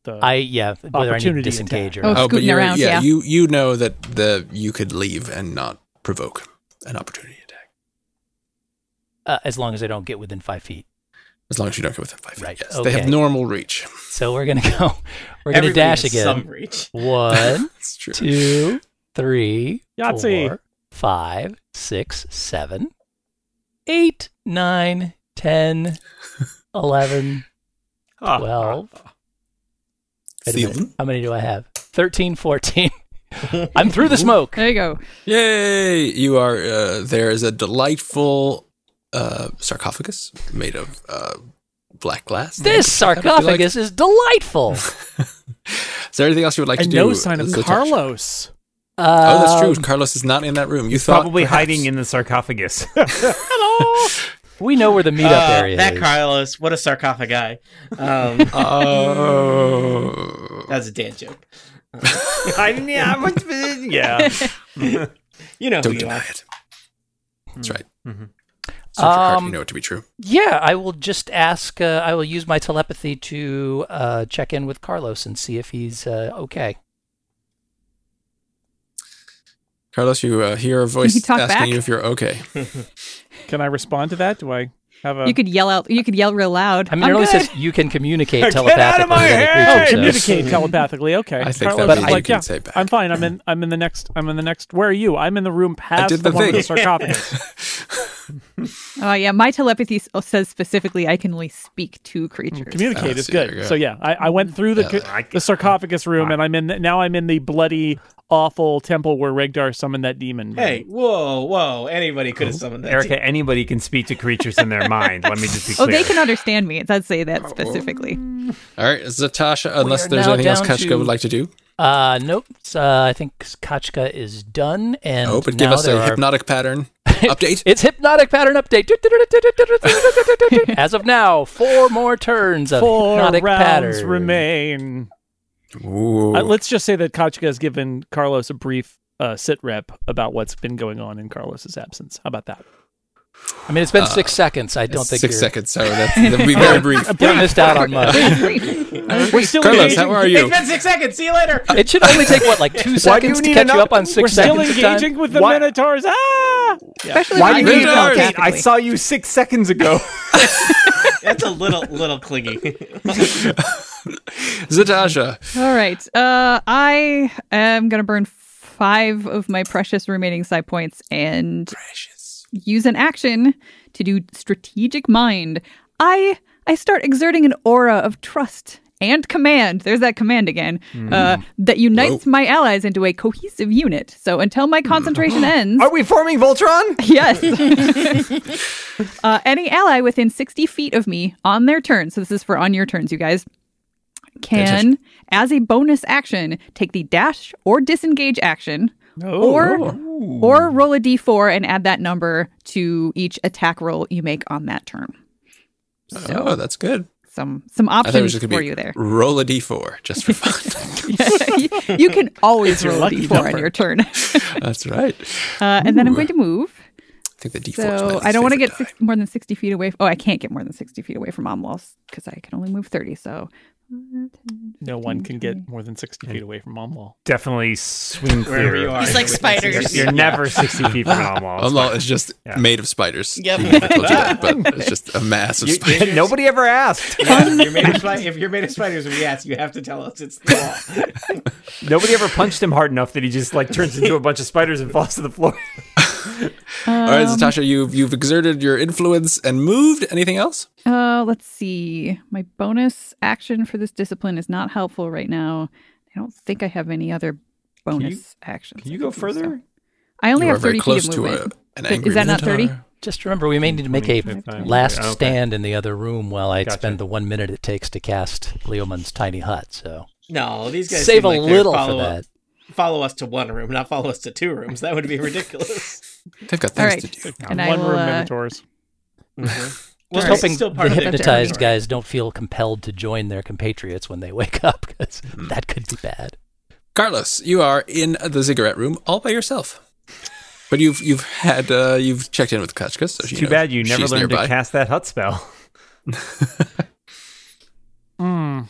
S7: the
S4: I yeah, whether I need to
S7: Opportunity
S4: disengage or
S1: attack.
S4: not.
S1: Oh, scooting
S2: you're-
S1: around, yeah.
S2: you you know that the you could leave and not provoke an opportunity attack
S4: Uh, as long as I don't get within five feet.
S2: as long as you don't go within five feet.
S4: Right,
S2: Yes, they have
S4: okay.
S2: normal reach. <laughs>
S4: So we're gonna go. We're gonna
S6: Everybody
S4: dash
S6: has
S4: again.
S6: Some reach.
S2: <laughs>
S4: One,
S2: That's true.
S4: two, three,
S7: Yahtzee.
S4: four, five, six, seven, eight, nine, ten, eleven,
S5: Ah,
S4: twelve. Wait a minute.
S2: Season.
S4: How many do I have? Thirteen, 14. I'm through the
S1: <laughs>
S4: smoke.
S1: There you go.
S2: Yay! You are uh, there is a delightful uh, sarcophagus made of uh, black glass.
S4: This
S2: If you like.
S4: sarcophagus is delightful.
S2: Is there anything else you would like to
S7: and
S2: do?
S7: no sign of
S2: as a touch?
S7: Carlos.
S2: Oh, that's true.
S4: Um,
S2: Carlos is not in that room. You thought
S5: Probably
S2: perhaps-
S5: hiding in the <laughs> sarcophagus.
S2: <laughs>
S4: We know where the meetup
S6: Uh,
S4: area
S6: that
S4: is.
S6: Carlos, what a sarcophagi. <laughs> Um,
S2: Oh.
S6: that's a dad joke.
S5: I mean, yeah, but- yeah.
S6: You know
S2: Don't
S6: who you
S2: deny
S6: are.
S2: it. That's right.
S5: Mhm.
S2: So um,
S4: Um,
S2: you know it to be true.
S4: Yeah, I will just ask. Uh, I will use my telepathy to uh, check in with Carlos and see if he's uh, okay.
S2: Carlos, you uh, hear a voice
S1: you talk
S2: asking
S1: back?
S2: you if you're okay.
S7: Can I respond to that? Do I have a
S1: You could yell out. You could yell real loud.
S4: I mean,
S1: am
S4: it only
S1: good.
S4: says you can
S7: <laughs>
S4: communicate
S5: Get
S4: telepathically.
S5: out of my
S4: with other
S5: head!
S4: creatures,
S7: Oh,
S4: so-
S7: communicate telepathically. Okay.
S2: I think that
S7: Carlos
S2: means
S7: is
S2: you
S7: like,
S2: can
S7: yeah,
S2: say back.
S7: I'm fine. I'm in I'm in the next I'm in the next where are you? I'm in the room past
S2: did
S7: the,
S2: the
S7: one with the
S2: thing. <laughs>
S7: sarcophagus.
S1: Oh yeah, my telepathy s- oh, says specifically I can only speak to creatures.
S7: Communicate
S2: Ah,
S7: is
S2: see, there you
S7: good.
S2: go.
S7: So yeah, I, I went through the
S2: Yeah,
S7: ca-
S5: I can-
S7: the sarcophagus room and I'm in the, now I'm in the bloody awful temple where Regdar summoned that demon.
S6: Hey, whoa, whoa. Anybody could have summoned that.
S5: Erica, anybody can speak to creatures in their mind. Let me just be
S1: oh,
S5: clear.
S1: they can understand me. It does say that specifically.
S2: All right, Zatasha, unless
S4: are
S2: there's
S4: now
S2: anything else
S4: down
S2: Kachka
S4: to-
S2: would like to do.
S4: Uh, nope. Uh, I think Kachka is done, and
S2: oh, but
S4: now
S2: give us
S4: there
S2: a
S4: are <laughs>
S2: hypnotic pattern. update.
S4: It's hypnotic pattern update. As of now, four more turns of
S7: Four
S4: hypnotic
S7: rounds
S4: pattern.
S7: remain.
S2: Ooh.
S7: Uh, let's just say that Kachka has given Carlos a brief uh, sit rep about what's been going on in Carlos's absence. How about that?
S4: I mean, it's been six seconds. I don't think
S2: 6
S4: you're-
S2: Uh, seconds. Sorry, that's, that'll be
S4: <laughs>
S2: very brief.
S4: You missed out on
S7: <laughs>
S4: much.
S7: We're still
S2: Carlos,
S7: engaging.
S2: how are you?
S6: It's been six seconds. See you later.
S4: It should only take what, like two
S7: Why do
S4: seconds
S7: you
S4: to
S7: need
S4: catch
S7: an
S4: you up
S7: up-
S4: on 6
S7: We're still
S4: seconds. of time?
S7: engaging with the
S5: Why-
S7: Minotaurs. Ah!
S1: Especially
S2: Why
S1: when
S2: do
S1: you do
S2: you need an
S1: telepathically.
S2: update?
S5: I saw you six seconds ago.
S6: That's a little little <laughs> clingy.
S2: Zatasha.
S1: All right. Uh, I am going to burn five of my precious remaining psi points and use an action to do strategic mind. I I start exerting an aura of trust and command. There's that command again.
S5: Hmm.
S1: Uh, that
S5: Oh.
S1: unites my allies into a cohesive unit. So until my
S5: <gasps>
S1: concentration ends,
S5: Are we forming Voltron?
S1: <laughs>
S5: <laughs>
S1: yes. uh, any ally within 60 feet of me on their turn, so this is for on your turns, you guys, can, as a bonus action, take the dash or disengage action.
S2: Oh.
S1: or or roll a d4 and add that number to each attack roll you make on that turn. So
S2: Oh, that's good.
S1: some some
S2: I thought it
S1: options
S2: was just
S1: for
S2: going
S1: you
S2: <laughs> to be
S1: there. <laughs>
S2: roll a d4 just for fun. <laughs>
S1: You- you can always roll a d4 on
S7: number.
S1: your turn.
S2: that's right.
S1: Uh, and then I'm going to move.
S2: I think the d4 is my
S1: So
S2: least
S1: I don't want to
S2: favorite
S1: get
S2: die.
S1: six, more than 60 feet away. Oh, I can't get more than 60 feet away from Omlos because I can only move 30. So
S7: No one can get more than 60 feet away from Momlaw.
S5: <laughs> Definitely swing
S6: Wherever you
S5: clear.
S6: are.
S3: He's like
S6: You're within six
S3: spiders.
S6: feet.
S5: You're never 60 feet from an
S2: Umlaut is just
S5: Yeah.
S2: made of spiders.
S3: Yep.
S2: You never told you that, but it's just a mass of
S1: <laughs>
S6: You-
S2: spiders.
S5: Nobody ever asked.
S4: <laughs>
S6: Yeah, you're made of spi- if you're made of spiders, we ask. You have to tell us. It's the law.
S5: Nobody ever punched him hard enough that he just like turns into a bunch of spiders and falls to the <laughs> floor.
S2: All right,
S1: Um,
S2: Zatasha, you've you've exerted your influence and moved. Anything else?
S1: uh, let's see. My bonus action for this discipline is not helpful right now. I don't think I have any other bonus actions.
S5: Can you
S1: I
S5: go
S1: think so.
S5: further?
S1: I only
S2: you
S1: have
S2: are
S1: 30
S2: very
S1: feet
S2: close
S1: of
S2: to a,
S1: movement.
S2: an
S1: But
S2: angry
S1: is that not 30?
S2: minotaur.
S4: Just remember, we may need to make a
S5: 25 times.
S4: last
S5: Okay.
S4: stand in the other room while I
S5: Gotcha.
S4: expend the one minute it takes to cast Leoman's tiny hut. So
S6: <laughs> No, these guys
S4: save a
S6: seem like they're
S4: little for
S6: follow
S4: that.
S6: Follow us to one room, not follow us to two rooms. That would be <laughs> ridiculous.
S2: They've got
S1: All
S2: things
S1: right.
S2: to do.
S1: And I
S7: One
S1: will,
S7: room
S1: uh,
S7: Minotaurs.
S6: Well,
S1: Just
S6: it's
S4: hoping
S6: Mm-hmm. still
S4: the
S6: part of their
S4: hypnotized
S6: territory.
S4: guys don't feel compelled to join their compatriots when they wake up because that could be bad.
S2: Carlos, you are in the cigarette room all by yourself. But you've you've had uh, you've checked in with Kachka, so she
S5: Too
S2: knows
S5: bad you never
S2: she's
S5: learned
S2: nearby.
S5: to cast that hut <laughs> spell.
S7: Mm.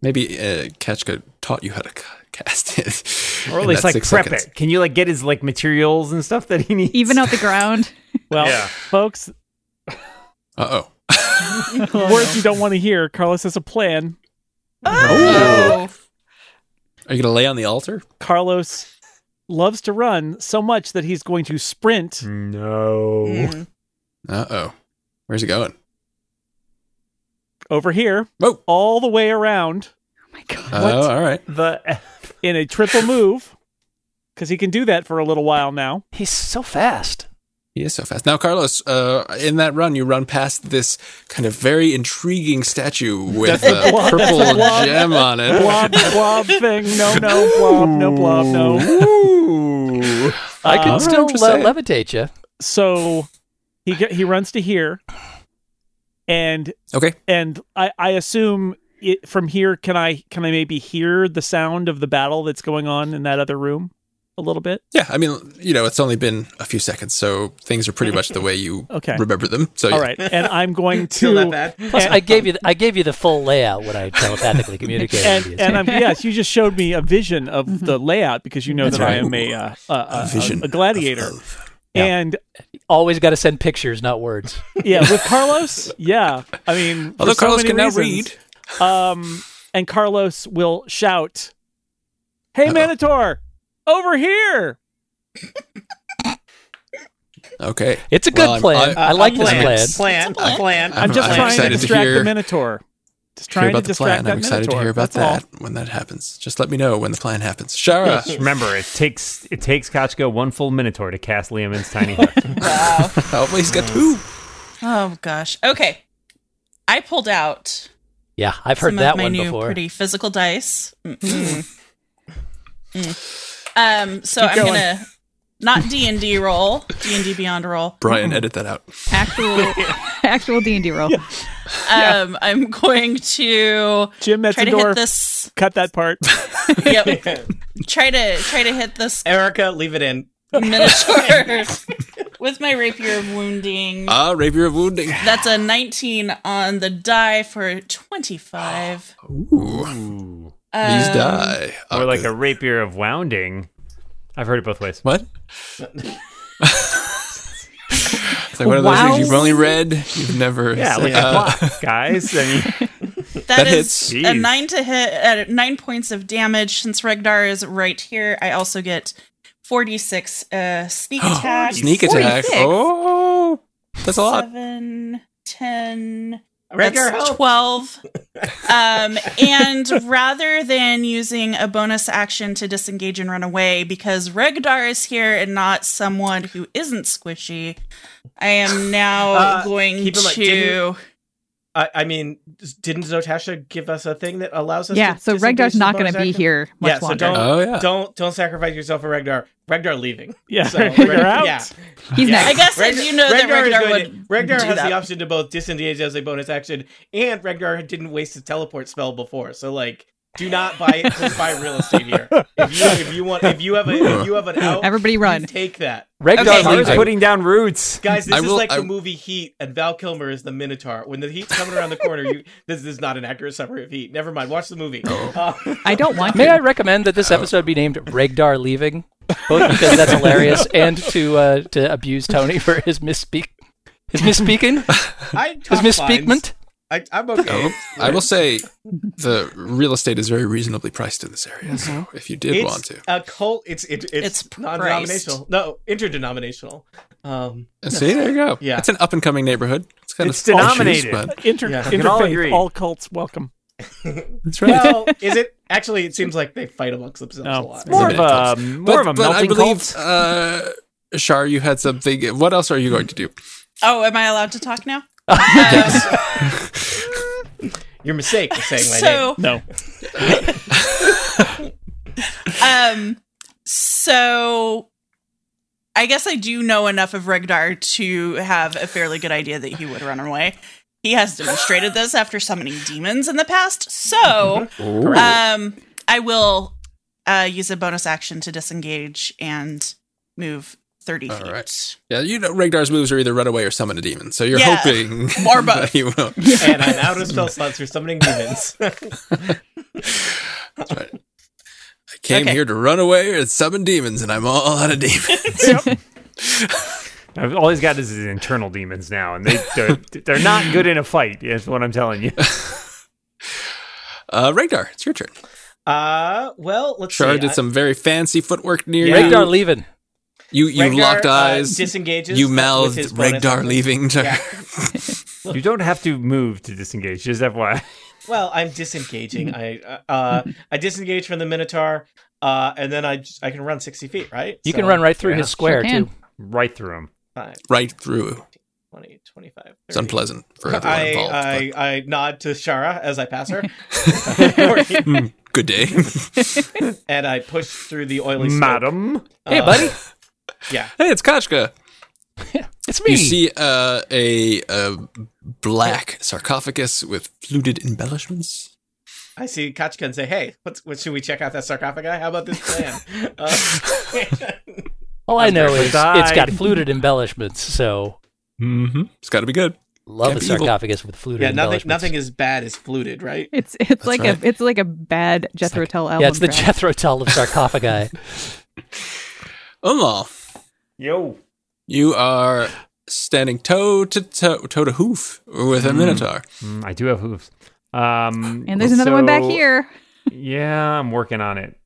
S2: Maybe uh, Kachka taught you how to ca- <laughs> cast it,
S5: Or
S2: in
S5: at least
S2: that
S5: like
S2: six
S5: prep
S2: seconds.
S5: it. Can you like get his like materials and stuff that he needs?
S1: Even off the ground. <laughs>
S7: Well,
S5: Yeah.
S7: folks,
S2: Uh oh.
S7: words you don't want to hear. Carlos has a plan.
S1: Oh.
S2: Are you gonna lay on the altar?
S7: Carlos loves to run so much that he's going to
S2: Mm.
S7: sprint
S5: No.
S3: Mm.
S2: Uh oh. Where's he going?
S7: over here
S2: Whoa.
S7: all the way around
S1: my god.
S2: Oh, all right.
S5: The
S7: in a triple move because he can do that for a little while now.
S4: He's so fast.
S2: He is so fast. Now, Carlos, uh, in that run, you run past this kind of very intriguing statue with
S7: That's a
S2: a
S7: blob.
S2: purple
S7: That's a blob.
S2: gem on it.
S7: Blob, blob thing. No, no, blob, no, blob, no.
S5: Ooh.
S4: I
S7: Uh,
S4: can still
S2: just
S4: le-
S2: saying.
S4: levitate you.
S7: So he get, he runs to here, and
S2: Okay.
S7: and I I assume it, from here can I can I maybe hear the sound of the battle that's going on in that other room a little bit?
S2: Yeah. I mean, you know, it's only been a few seconds, so things are pretty much the way you
S7: <laughs> Okay.
S2: remember them. So,
S7: All right, and I'm going
S6: Still that
S7: to.
S6: bad.
S4: Plus, I gave you the, I gave you the full layout when I telepathically communicated
S7: And,
S4: with you.
S7: and I'm yes, you just showed me a vision of the layout because you know
S2: That's
S7: that I
S2: right.
S7: am a, uh, a, a,
S2: vision
S7: a gladiator,
S2: of- of-
S4: Yeah.
S7: and
S4: Always got to send pictures, not words.
S7: yeah, with Carlos, yeah. I mean, for
S2: Although
S7: so
S2: Carlos
S7: many
S2: can now
S7: reasons.
S2: read.
S7: Um, and Carlos will shout, "Hey, Manator, over here!"
S2: Okay.
S4: It's a good
S2: Well, I'm-
S4: plan.
S2: I-
S4: I, like this
S6: plan,
S4: plan.
S6: Uh, Plan, plan,
S2: I'm-
S7: I'm, just
S2: Uh-huh. I'm
S7: trying to
S2: excited to
S7: distract
S2: hear-
S7: the Minotaur. Just
S2: Hear
S7: trying
S2: about
S7: to
S2: the
S7: distract
S2: plan.
S7: that
S2: I'm excited
S7: Minotaur.
S2: to hear about
S7: That's
S2: that when that happens. Just let me know when the plan happens. Shara. <laughs>
S5: <laughs> Remember, it takes it takes Kachka one full minotaur to cast Liamin's tiny hut.
S2: Hopefully he's got two.
S3: Oh gosh. Okay. I pulled out
S4: Yeah, I've heard
S3: some
S4: that
S3: of my
S4: one
S3: new
S4: before.
S3: pretty physical dice. Mm-mm. Mm. Um, so I'm
S7: going.
S3: gonna Not D and D roll. D and D Beyond roll.
S2: Brian, edit that out.
S1: Actual <laughs>
S2: <laughs>
S1: actual D and D roll.
S3: Um, I'm going to
S7: Jim
S3: try to hit
S7: Metzendorf, <laughs>
S3: this.
S7: cut that part.
S3: Yep. try to try to hit this
S6: Erica, leave it <laughs> in.
S3: minotaur <laughs> with my rapier of wounding.
S2: Ah, rapier of wounding.
S3: That's a 19 on the die for 25.
S2: Oh, Ooh,
S5: Ooh.
S2: these
S3: Um,
S2: die.
S5: Or
S2: Ah,
S5: like
S2: good.
S5: a rapier of wounding. I've heard it both
S2: <laughs>
S5: ways.
S2: what? it's like one of those
S1: Wow.
S2: things you've only read, you've never.
S5: Yeah,
S2: seen.
S5: like
S2: Uh, <laughs>
S5: a clock, guys. I mean,
S2: That
S3: that is
S2: hits.
S3: a
S5: Jeez.
S3: nine to hit at nine points of damage. Since Regdar is right here, I also get 46
S2: <gasps>
S3: uh, sneak attack.
S2: sneak attack.
S3: 46.
S2: Oh, that's a lot.
S3: Seven, 10,
S6: Regular
S3: That's
S6: help. <laughs>
S3: 12. Um, and rather than using a bonus action to disengage and run away, because Regdar is here and not someone who isn't squishy, I am now
S6: Uh,
S3: going
S6: keep in mind,
S3: to.
S6: I, I mean, didn't Zotasha give us a thing that allows us?
S1: Yeah,
S6: to
S1: so
S6: disengage
S1: Regdar's
S6: the
S1: not going
S6: bonus
S1: to be
S6: action?
S1: here much
S6: Yeah, so
S1: longer.
S6: don't-
S2: Oh yeah.
S6: Don't don't sacrifice yourself for Regdar. Regdar leaving.
S7: Yeah,
S2: <laughs>
S6: So,
S7: figure
S6: Reg-
S7: out.
S6: yeah.
S2: Uh,
S1: He's
S6: Yeah.
S3: I
S1: next.
S3: guess I
S6: Regdar-
S3: do know that
S6: Regdar is
S3: Regdar
S6: going
S3: would.
S6: to, Regdar
S3: do
S6: has
S3: that.
S6: the option to both disengage as a bonus action, and Regdar didn't waste his teleport spell before. So like, do not buy it. Just buy real estate
S2: <laughs>
S6: here. If you if you want if you have a if you have an out,
S1: Everybody run.
S6: <laughs> you take that.
S3: Okay.
S5: Regdar is
S2: I-
S5: putting down roots.
S6: Guys, this
S2: I will-
S6: is like
S2: I-
S6: the movie Heat, and Val Kilmer is the Minotaur. When the heat's coming around the corner, you this is not an accurate summary of Heat. Never mind. Watch the movie.
S2: Oh.
S6: Uh, <laughs>
S1: I don't want
S4: May
S1: to.
S4: I recommend that this episode be named Regdar Leaving? Both because that's
S2: <laughs>
S4: hilarious and to uh, to abuse Tony for his misspeak his misspeaking?
S6: I
S4: His
S6: <laughs> talk lines.
S4: misspeakment?
S6: I, I'm okay.
S2: Oh, I will say the real estate is very reasonably priced in this area. So if you did
S6: it's
S2: want to.
S6: a cult. It's it, it's,
S3: It's priced.
S6: non-denominational. No, interdenominational. Um,
S2: And see, there you go.
S6: Yeah.
S2: It's an up and coming neighborhood. It's kind
S5: It's
S2: of issues,
S5: denominated.
S2: but
S7: Inter-
S6: Yeah.
S5: We can all
S7: interfaith,
S5: agree.
S7: all cults welcome.
S2: that's right. <laughs> Oh,
S6: well, is it actually? It seems like they fight amongst themselves a
S7: No,
S6: lot.
S7: it's Oh, more of
S2: Limited
S7: a more of a melting
S2: I believe,
S7: cult.
S2: Uh, Shar, you had something. What else are you going to do?
S3: Oh, am I allowed to talk
S6: <laughs>
S3: now? Um,
S6: Your mistake for saying my
S3: So,
S7: No,
S3: um, so I guess I do know enough of Regdar to have a fairly good idea that he would run away. He has demonstrated this after summoning demons in the past. So, um, I will uh, use a bonus action to disengage and move thirty
S2: All
S3: feet.
S2: right. Yeah, you know, Regdar's moves are either run away or summon a demon. So you're
S3: Yeah.
S2: hoping
S3: Or
S2: <laughs>
S3: both.
S2: that he will.
S6: name, and I'm out of spell slots for
S3: <laughs>
S6: summoning demons.
S2: That's right. I came
S3: Okay.
S2: here to run away and summon demons, and I'm all out of demons.
S5: I've- All he's got is his internal demons now, and they they're, <laughs> they're not good in a fight. Is what I'm telling you.
S2: uh, Regdar, it's your turn.
S6: uh, well, let's
S2: Shar
S6: see.
S2: did
S6: I-
S2: some very fancy footwork near
S6: Yeah.
S4: Regdar
S2: you.
S4: Leaving.
S2: You, you
S6: Regdar,
S2: locked
S6: uh,
S2: eyes.
S6: disengages.
S2: you
S6: with
S2: mouthed
S6: his bonus
S2: Regdar
S6: action.
S2: leaving. To
S6: Yeah.
S5: You don't have to move to disengage. Just FYI.
S6: Well, I'm
S2: <laughs>
S6: disengaging. I uh, I disengage from the Minotaur, uh, and then I j- I can run sixty feet, right?
S4: You
S6: So,
S4: can run right through
S5: Yeah.
S4: his square
S1: Sure can.
S4: too.
S5: <laughs> Right through him.
S6: five,
S2: right through.
S6: 20, 25, 30.
S2: It's unpleasant for everyone
S6: I,
S2: involved.
S6: I, I nod to Shara as I pass her, Or-
S2: but Good day. <laughs>
S6: and I push through the oily smoke.
S5: Madam.
S4: Hey
S6: Uh,
S2: <laughs>
S4: buddy.
S6: Yeah,
S2: hey, it's Kachka.
S4: It's me.
S2: You see uh, a, a black sarcophagus with fluted embellishments.
S6: I see Kachka and say, "Hey, what's, what should we check out that sarcophagi? How about this plan?"
S2: <laughs>
S6: uh,
S4: All I know is
S5: died.
S4: it's got fluted embellishments, so
S2: Mm-hmm. It's got to be good.
S4: love
S2: Can't
S4: a
S2: be evil.
S4: sarcophagus with fluted
S6: yeah, nothing
S4: embellishments.
S6: nothing as bad as fluted, right?
S1: It's it's like
S2: right.
S1: a it's like a bad Jethro Tull album.
S4: yeah, it's the
S1: track.
S4: Jethro Tull of
S2: <laughs>
S4: sarcophagi.
S2: Umal,
S5: Yo.
S2: you are standing toe to toe, toe to hoof with a minotaur.
S5: Mm, I do have hooves. Um,
S1: And there's another one back
S5: so-
S1: here.
S5: Yeah, I'm working on it.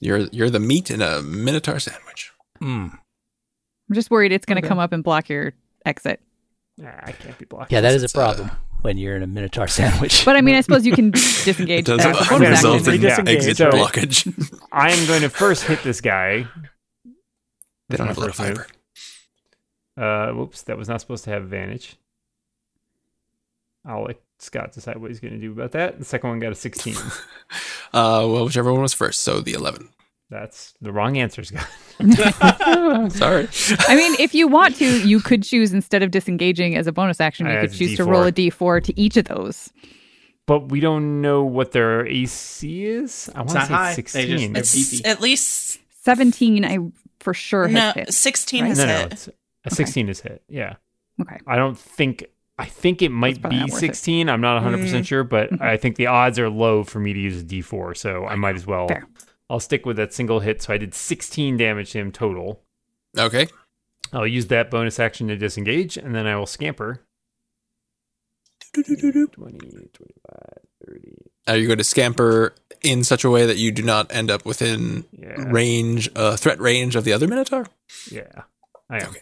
S2: You're you're the meat in a minotaur sandwich.
S4: Hmm.
S1: I'm just worried it's going to come up and block your exit.
S5: Ah, I can't be blocked.
S4: Yeah, that is a
S2: It's, uh,
S4: problem when you're in a minotaur sandwich.
S1: But I mean, I suppose you can disengage.
S2: It does
S1: as a
S5: I'm
S1: bonus
S5: gonna
S1: action.
S2: result
S5: exactly.
S2: in
S5: Yeah.
S2: exit
S5: So-
S2: blockage.
S5: I am going to first hit this guy.
S2: they <laughs> don't have a lot of
S5: That's my
S2: fiber.
S5: first Uh, whoops, that was not supposed to have advantage. I'll let Scott decide what he's going to do about that. The second one got a 16.
S2: <laughs> Uh, well, whichever one was first. So the eleven.
S5: That's the wrong answer, Scott.
S2: <laughs> Sorry.
S1: <laughs> I mean, if you want to, you could choose instead of disengaging as a bonus action,
S5: I
S1: you could
S5: had
S1: choose to
S5: D4.
S1: roll a d4 to each of those.
S5: But we don't know what their AC is. I want to
S6: not
S5: say
S6: high. They just-
S5: 16.
S6: They're
S3: It's
S6: beefy.
S3: at least
S1: 17, I for sure
S3: no
S1: has hit.
S3: 16
S1: right?
S3: has
S5: no, no,
S3: hit.
S5: it's, a 16 is hit. Yeah.
S1: Okay.
S5: I don't think. I think it might
S1: probably
S5: be
S1: not worth it. Mm. Mm-hmm.
S5: 16. I'm not 100% sure, but I think the odds are low for me to use a D4, so I might as well.
S1: Fair.
S5: I'll stick with that single hit. So I did 16 damage to him total.
S2: Okay.
S5: I'll use that bonus action to disengage, and then I will scamper. 20, 25, 30.
S2: Are Uh, you going to scamper in such a way that you do not end up within
S5: Yeah.
S2: range, uh, threat range of the other Minotaur?
S5: Yeah. I am.
S2: Okay.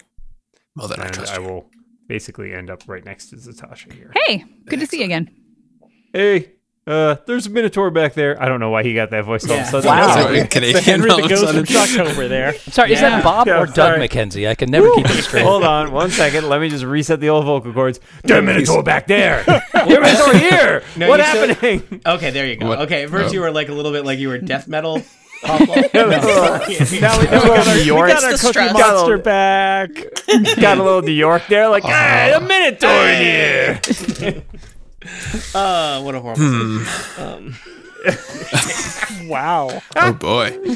S2: Well, then I
S5: And
S2: trust
S5: I
S2: you.
S5: will basically end up right next to Zatasha here.
S1: Hey, good to see you again.
S5: Hey, uh, there's a Minotaur back there. I don't know why he got that voice all of a
S6: Yeah.
S5: sudden.
S7: Wow.
S2: <laughs> That's a
S7: The
S2: Canadian
S7: Henry
S2: all
S7: that
S2: of a
S7: goes
S2: sudden.
S7: from Chuck over there.
S2: <laughs>
S4: I'm sorry, is
S6: Yeah.
S4: that Bob
S5: Yeah,
S4: or Doug
S5: sorry.
S4: McKenzie? I can never keep
S2: Oh,
S4: it straight.
S5: Hold on one second. Let me just reset the old vocal cords. There's a Minotaur back <laughs> there. There's a Minotaur
S6: <laughs>
S5: here.
S6: No,
S5: What's
S6: you said-
S5: happening? <laughs>
S6: Okay, there you go.
S2: What?
S6: Okay, at first
S2: Oh.
S6: you were like a little bit like you were death metal. Pablo. No.
S5: now we, now we got our, we got our
S3: the
S5: cookie
S3: stress.
S5: monster
S7: Monster back.
S5: back. Got a little New York there.
S2: Uh-huh.
S5: Like, hey, a
S2: Oh,
S5: Minotaur in here.
S6: <laughs> Uh, what a horrible.
S2: Hmm.
S7: Wow.
S2: Oh, boy.
S5: Oh,
S6: know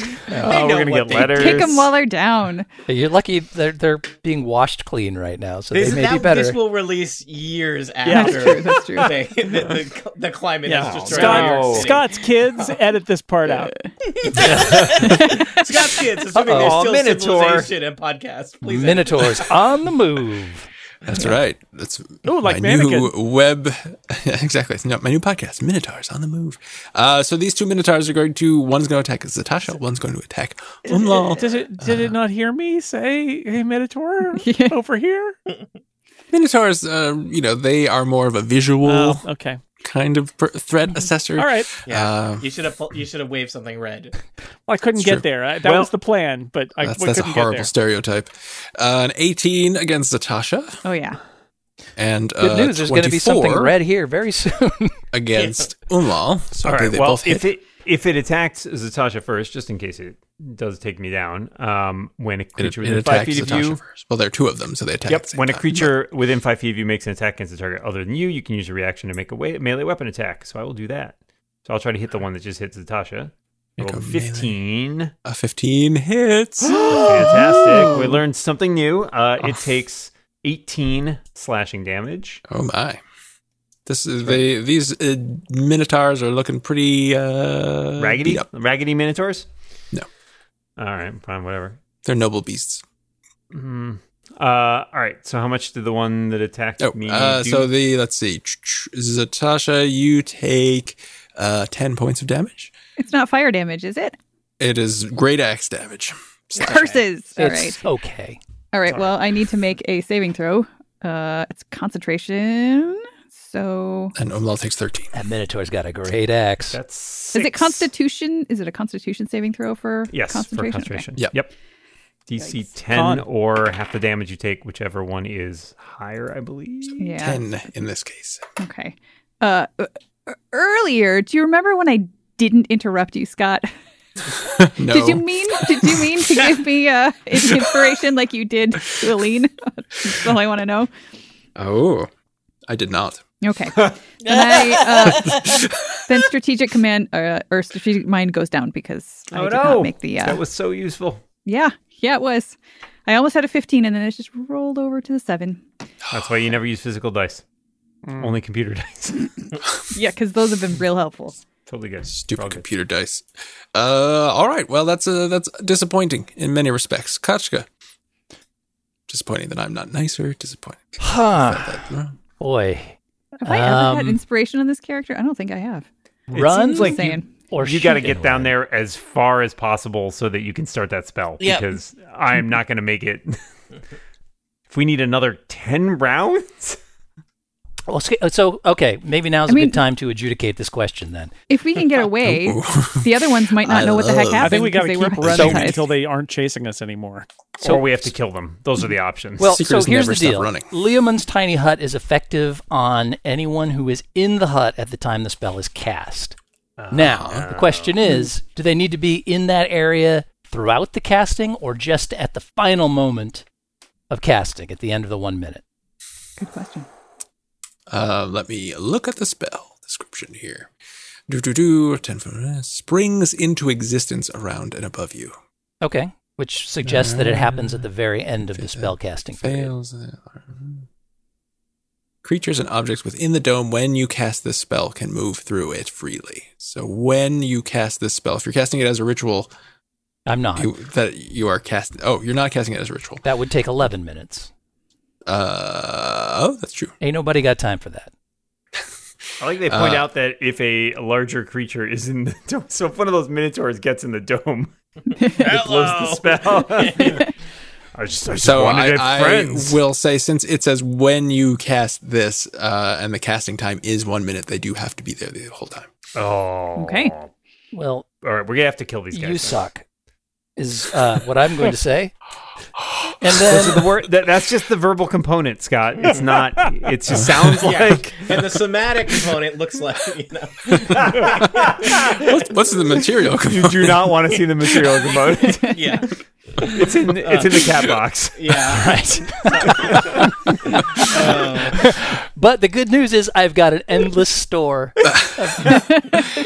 S5: we're gonna
S6: what
S5: get
S6: they
S5: letters.
S1: Kick them while they're down.
S4: You're lucky they're, they're being washed clean right now, so
S6: This,
S4: they may
S6: that,
S4: be better.
S6: this will release years after
S1: That's true.
S6: they, the, the, the climate
S7: Yeah.
S6: has destroyed New York
S7: Scott,
S6: City.
S7: Scott's kids,
S6: <laughs>
S7: edit this part out.
S6: Scott's kids, assuming there's
S5: Uh-oh,
S6: still
S5: Minotaur.
S6: civilization and podcasts. Please.
S4: Minotaurs on the move.
S2: That's right. That's
S7: Ooh, like
S2: my new
S7: mannequin.
S2: web. <laughs> exactly. No, my new podcast, Minotaurs on the Move. Uh, so these two Minotaurs are going to, one's going to attack Zatasha, one's going to attack Umlal.
S7: Did it did it not hear me say, "Hey, Minotaur, over here"?
S2: Minotaurs, uh, you know, they are more of a visual
S7: Oh, okay.
S2: kind of per- threat assessor.
S7: All right.
S2: Uh,
S6: You should have pu- you should have waved something red.
S7: Well, I couldn't
S2: It's
S7: get
S2: true.
S7: there. I, that
S5: Well,
S7: was the plan, but I
S2: that's
S7: we
S2: that's a
S7: couldn't get
S2: horrible
S7: there.
S2: stereotype. Uh, an 18 against Zatasha
S1: Oh, yeah.
S2: and
S4: Good
S2: uh,
S4: news. There's going to be something
S2: 24
S4: red here very soon.
S2: <laughs>
S4: <laughs>
S2: against Umlal. So
S5: All
S2: I believe
S5: right.
S2: they
S5: Well,
S2: both hit.
S5: if it if it attacks Zatasha first, just in case it does take me down, um, when a creature within five
S2: attacks
S5: feet of
S2: Zatasha
S5: you,
S2: first. Well, there are two of them, so they attack. at
S5: yep.
S2: the same
S5: When a
S2: time.
S5: creature within five feet of you makes an attack against a target other than you, you can use your reaction to make a wa- melee weapon attack. So I will do that. So I'll try to hit the one that just hits Zatasha. I
S2: Make
S5: rolled
S2: a
S5: a
S2: melee.
S5: Fifteen,
S2: a 15
S5: <gasps>
S2: hits.
S5: fantastic.
S2: Oh.
S5: We learned something new. Uh, it takes eighteen slashing damage.
S2: Oh my! This is they these uh, minotaurs are looking pretty uh,
S5: Raggedy,
S2: beat up.
S5: raggedy minotaurs.
S2: No.
S5: All right, fine, whatever.
S2: They're noble beasts.
S5: Mm. Uh, all right. So how much did the one that attacked
S2: Oh,
S5: me?
S2: uh,
S5: do?
S2: so the let's see, Ch- ch- Zatasha, you take uh, ten points of damage.
S1: It's not fire damage, is it?
S2: It is great axe damage.
S1: Curses. All right.
S4: it's okay.
S1: All right. Well, I need to make a saving throw. Uh, it's concentration. So
S2: And Umlal takes thirteen.
S4: That Minotaur's got a great axe.
S5: that's
S1: is it
S5: six.
S1: Constitution? Is it a Constitution saving throw for
S5: Yes,
S1: concentration?
S5: for concentration.
S2: Okay. Yep.
S5: Yep. DC
S1: Yikes.
S5: ten
S7: Con.
S5: or half the damage you take, whichever one is higher, I believe.
S1: Okay. Yeah.
S2: Ten in this case.
S1: Okay. Uh, e- earlier, do you remember when I didn't interrupt you, Scott?
S2: No.
S1: Did you mean? Did you mean to give me
S2: <laughs>
S1: uh, inspiration like you did to Aline? <laughs> That's all I want to know.
S2: oh, I did not.
S1: Okay.
S2: <laughs>
S1: then, I, uh, then strategic command uh, or strategic mind goes down because I
S5: Oh
S1: did not
S5: no!
S1: make the. Uh,
S5: That was so useful.
S1: yeah, yeah, it was. I almost had a 15, and then it just rolled over to the seven.
S5: That's
S2: <sighs>
S5: why you never use physical dice,
S1: Mm.
S5: only computer <laughs> dice.
S1: Yeah, because those have been real helpful.
S5: totally good.
S2: Stupid
S5: We're all good.
S2: computer dice. Uh, all right. Well, that's uh, that's disappointing in many respects. Kachka. Disappointing that I'm not nicer. Disappointing.
S4: Huh.
S2: that, uh,
S4: Boy.
S1: Have I ever had
S4: Um,
S1: inspiration on this character? I don't think I have.
S4: Run
S1: like Insane.
S4: or
S5: You got to
S4: shoot
S5: get
S4: and
S5: down
S4: run.
S5: there as far as possible so that you can start that spell
S3: Yep.
S5: because I'm not going to make it. <laughs> if we need another 10 rounds,
S4: Well, sca- so okay, maybe now's
S1: I
S4: a
S1: mean-
S4: good time to adjudicate this question then.
S1: If we can
S2: <laughs>
S1: get away, the other ones might not
S2: I
S1: know what the heck
S2: love- I
S1: happened.
S7: I think we got
S1: 'cause
S7: to
S1: they
S7: keep
S1: were
S7: running
S1: hypnotized.
S7: until they aren't chasing us anymore.
S4: So-
S5: or we have to kill them. Those are the options.
S4: Well,
S2: Secret is
S4: so here's
S2: never
S4: the
S2: stop
S4: deal.
S2: running.
S4: Leoman's tiny hut is effective on anyone who is in the hut at the time Uh-huh. the spell is cast. now, the question is, do they need to be in that area throughout the casting or just at the final moment of casting at the end of the one minute?
S1: Good question.
S2: Uh, let me look at the spell description here. Do do do. Ten foot- springs into existence around and above you.
S4: Okay. Which suggests that it happens at the very end of the spell casting period.
S2: Fails. Mm-hmm. Creatures and objects within the dome when you cast this spell can move through it freely. So when you cast this spell, if you're casting it as a ritual,
S4: I'm not.
S2: you, that you are casting. Oh, you're not casting it as a ritual.
S4: That would take 11 minutes.
S2: Uh, oh, that's true.
S4: Ain't nobody got time for that.
S5: I like they point
S2: Uh,
S5: out that if a larger creature is in the <laughs> dome, so if one of those minotaurs gets in the dome, <laughs> <laughs> it blows the
S6: Oh.
S5: spell. <laughs> I just, I just
S2: So
S5: wanted
S2: I,
S5: it
S2: I
S5: friends.
S2: will say, since it says when you cast this, uh, and the casting time is one minute, they do have to be there the whole time.
S5: Oh,
S1: Okay.
S5: All
S4: Well,
S5: right, we're gonna have to kill these guys.
S4: you
S5: now.
S4: suck, is uh, what I'm going
S2: <laughs>
S4: to say. And
S5: Those are
S4: then
S5: the wor- that, that's just the verbal component, Scott.
S4: <laughs>
S5: It's not. It just sounds like.
S6: and the somatic component looks like you
S5: <laughs>
S6: know.
S2: What's, what's the
S4: <laughs>
S2: material?
S5: You do not want to see the material component.
S6: <laughs> Yeah,
S5: It's in. It's in the cat box.
S6: yeah.
S4: Right. but the good news is I've got an endless store of,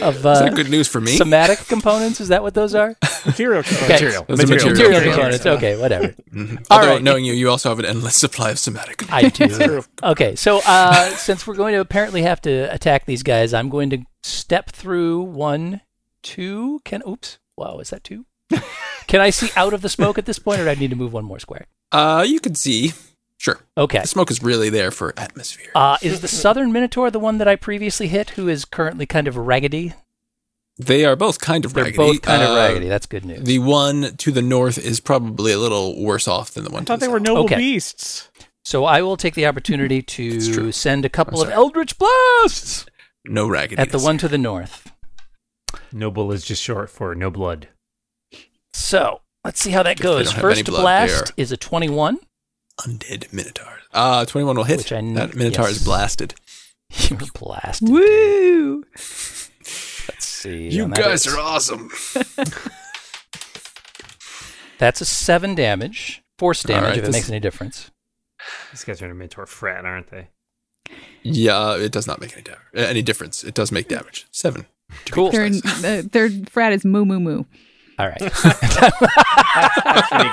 S4: of uh,
S2: Good news for me.
S4: somatic components. Is that what those are?
S7: Material.
S4: Okay.
S5: Material.
S2: Those are
S5: Material.
S2: material
S4: Material components. Okay, whatever. All
S2: Although,
S4: right.
S2: knowing you, you also have an endless <laughs> supply of somatic.
S4: I do. okay, so uh, since we're going to apparently have to attack these guys, I'm going to step through one, two. Can oops. Wow, is that two? <laughs> Can I see out of the smoke at this point, or do I need to move one more square?
S2: Uh, you can see. Sure.
S4: Okay.
S2: The smoke is really there for atmosphere.
S4: Uh, is the Southern Minotaur the one that I previously hit, who is currently kind of raggedy?
S2: they are both kind of
S4: They're
S2: raggedy.
S4: both kind
S2: Uh,
S4: of raggedy. That's good news.
S2: The one to the north is probably a little worse off than the one
S7: I
S2: to
S7: thought
S2: the
S7: they were
S2: south.
S7: noble
S4: Okay.
S7: beasts.
S4: so I will take the opportunity
S2: That's
S4: to
S2: true.
S4: send a couple
S2: I'm
S4: of
S2: sorry.
S4: Eldritch Blasts
S2: no raggedy.
S4: at the one to the north.
S5: Noble is just short for no blood.
S4: So let's see how that
S2: If they don't
S4: goes.
S2: have any
S4: First
S2: blood, they
S4: blast
S2: are-
S4: is a <laughs> 21.
S2: undead minotaur. Uh, 21 will hit.
S4: Which I kn-
S2: that minotaur
S4: yes.
S2: is blasted.
S4: You're blasted.
S1: Woo!
S4: dude. Let's see.
S2: you
S4: on that
S2: guys
S4: is-
S2: are awesome.
S4: That's a seven damage. Force
S2: All
S4: damage
S2: right,
S4: if it
S2: this-
S4: makes any difference.
S5: These guys are in a mentor frat, aren't they?
S2: Yeah, it does not make any, da- uh, any difference. It does make damage. Seven.
S4: Cool.
S2: They're-
S1: Their, uh, their frat is moo moo moo.
S4: All
S2: <laughs>
S4: right. <laughs>
S6: That's pretty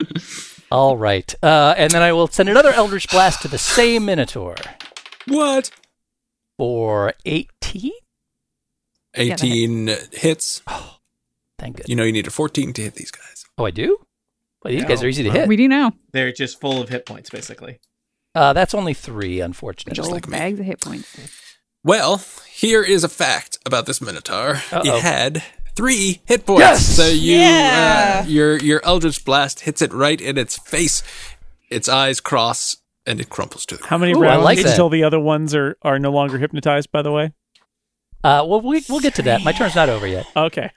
S6: good.
S4: All right. Uh, and then I will send another Eldritch Blast to the same Minotaur
S2: What?
S4: for 18.
S2: 18 hits.
S4: Thank goodness.
S2: You know, you need a 14 to hit these guys.
S4: Oh, I do? Well, these
S6: Yeah.
S4: guys are easy to hit.
S1: We do now.
S6: They're just full of hit points, basically.
S4: Uh, that's only three, unfortunately.
S2: Just
S1: Gold
S2: like me.
S1: bags of hit points.
S2: Well, here is a fact about this minotaur.
S4: Uh-oh.
S2: It had three hit points.
S4: Yes!
S2: So you,
S3: Yeah!
S2: uh, your your Eldritch Blast hits it right in its face. Its eyes cross and it crumples to the ground.
S7: How many
S4: Ooh, I
S7: rounds
S4: like that.
S7: until the other ones are are no longer hypnotized? By the way.
S4: Uh, well, we, we'll get to that. My turn's not over yet.
S7: Okay.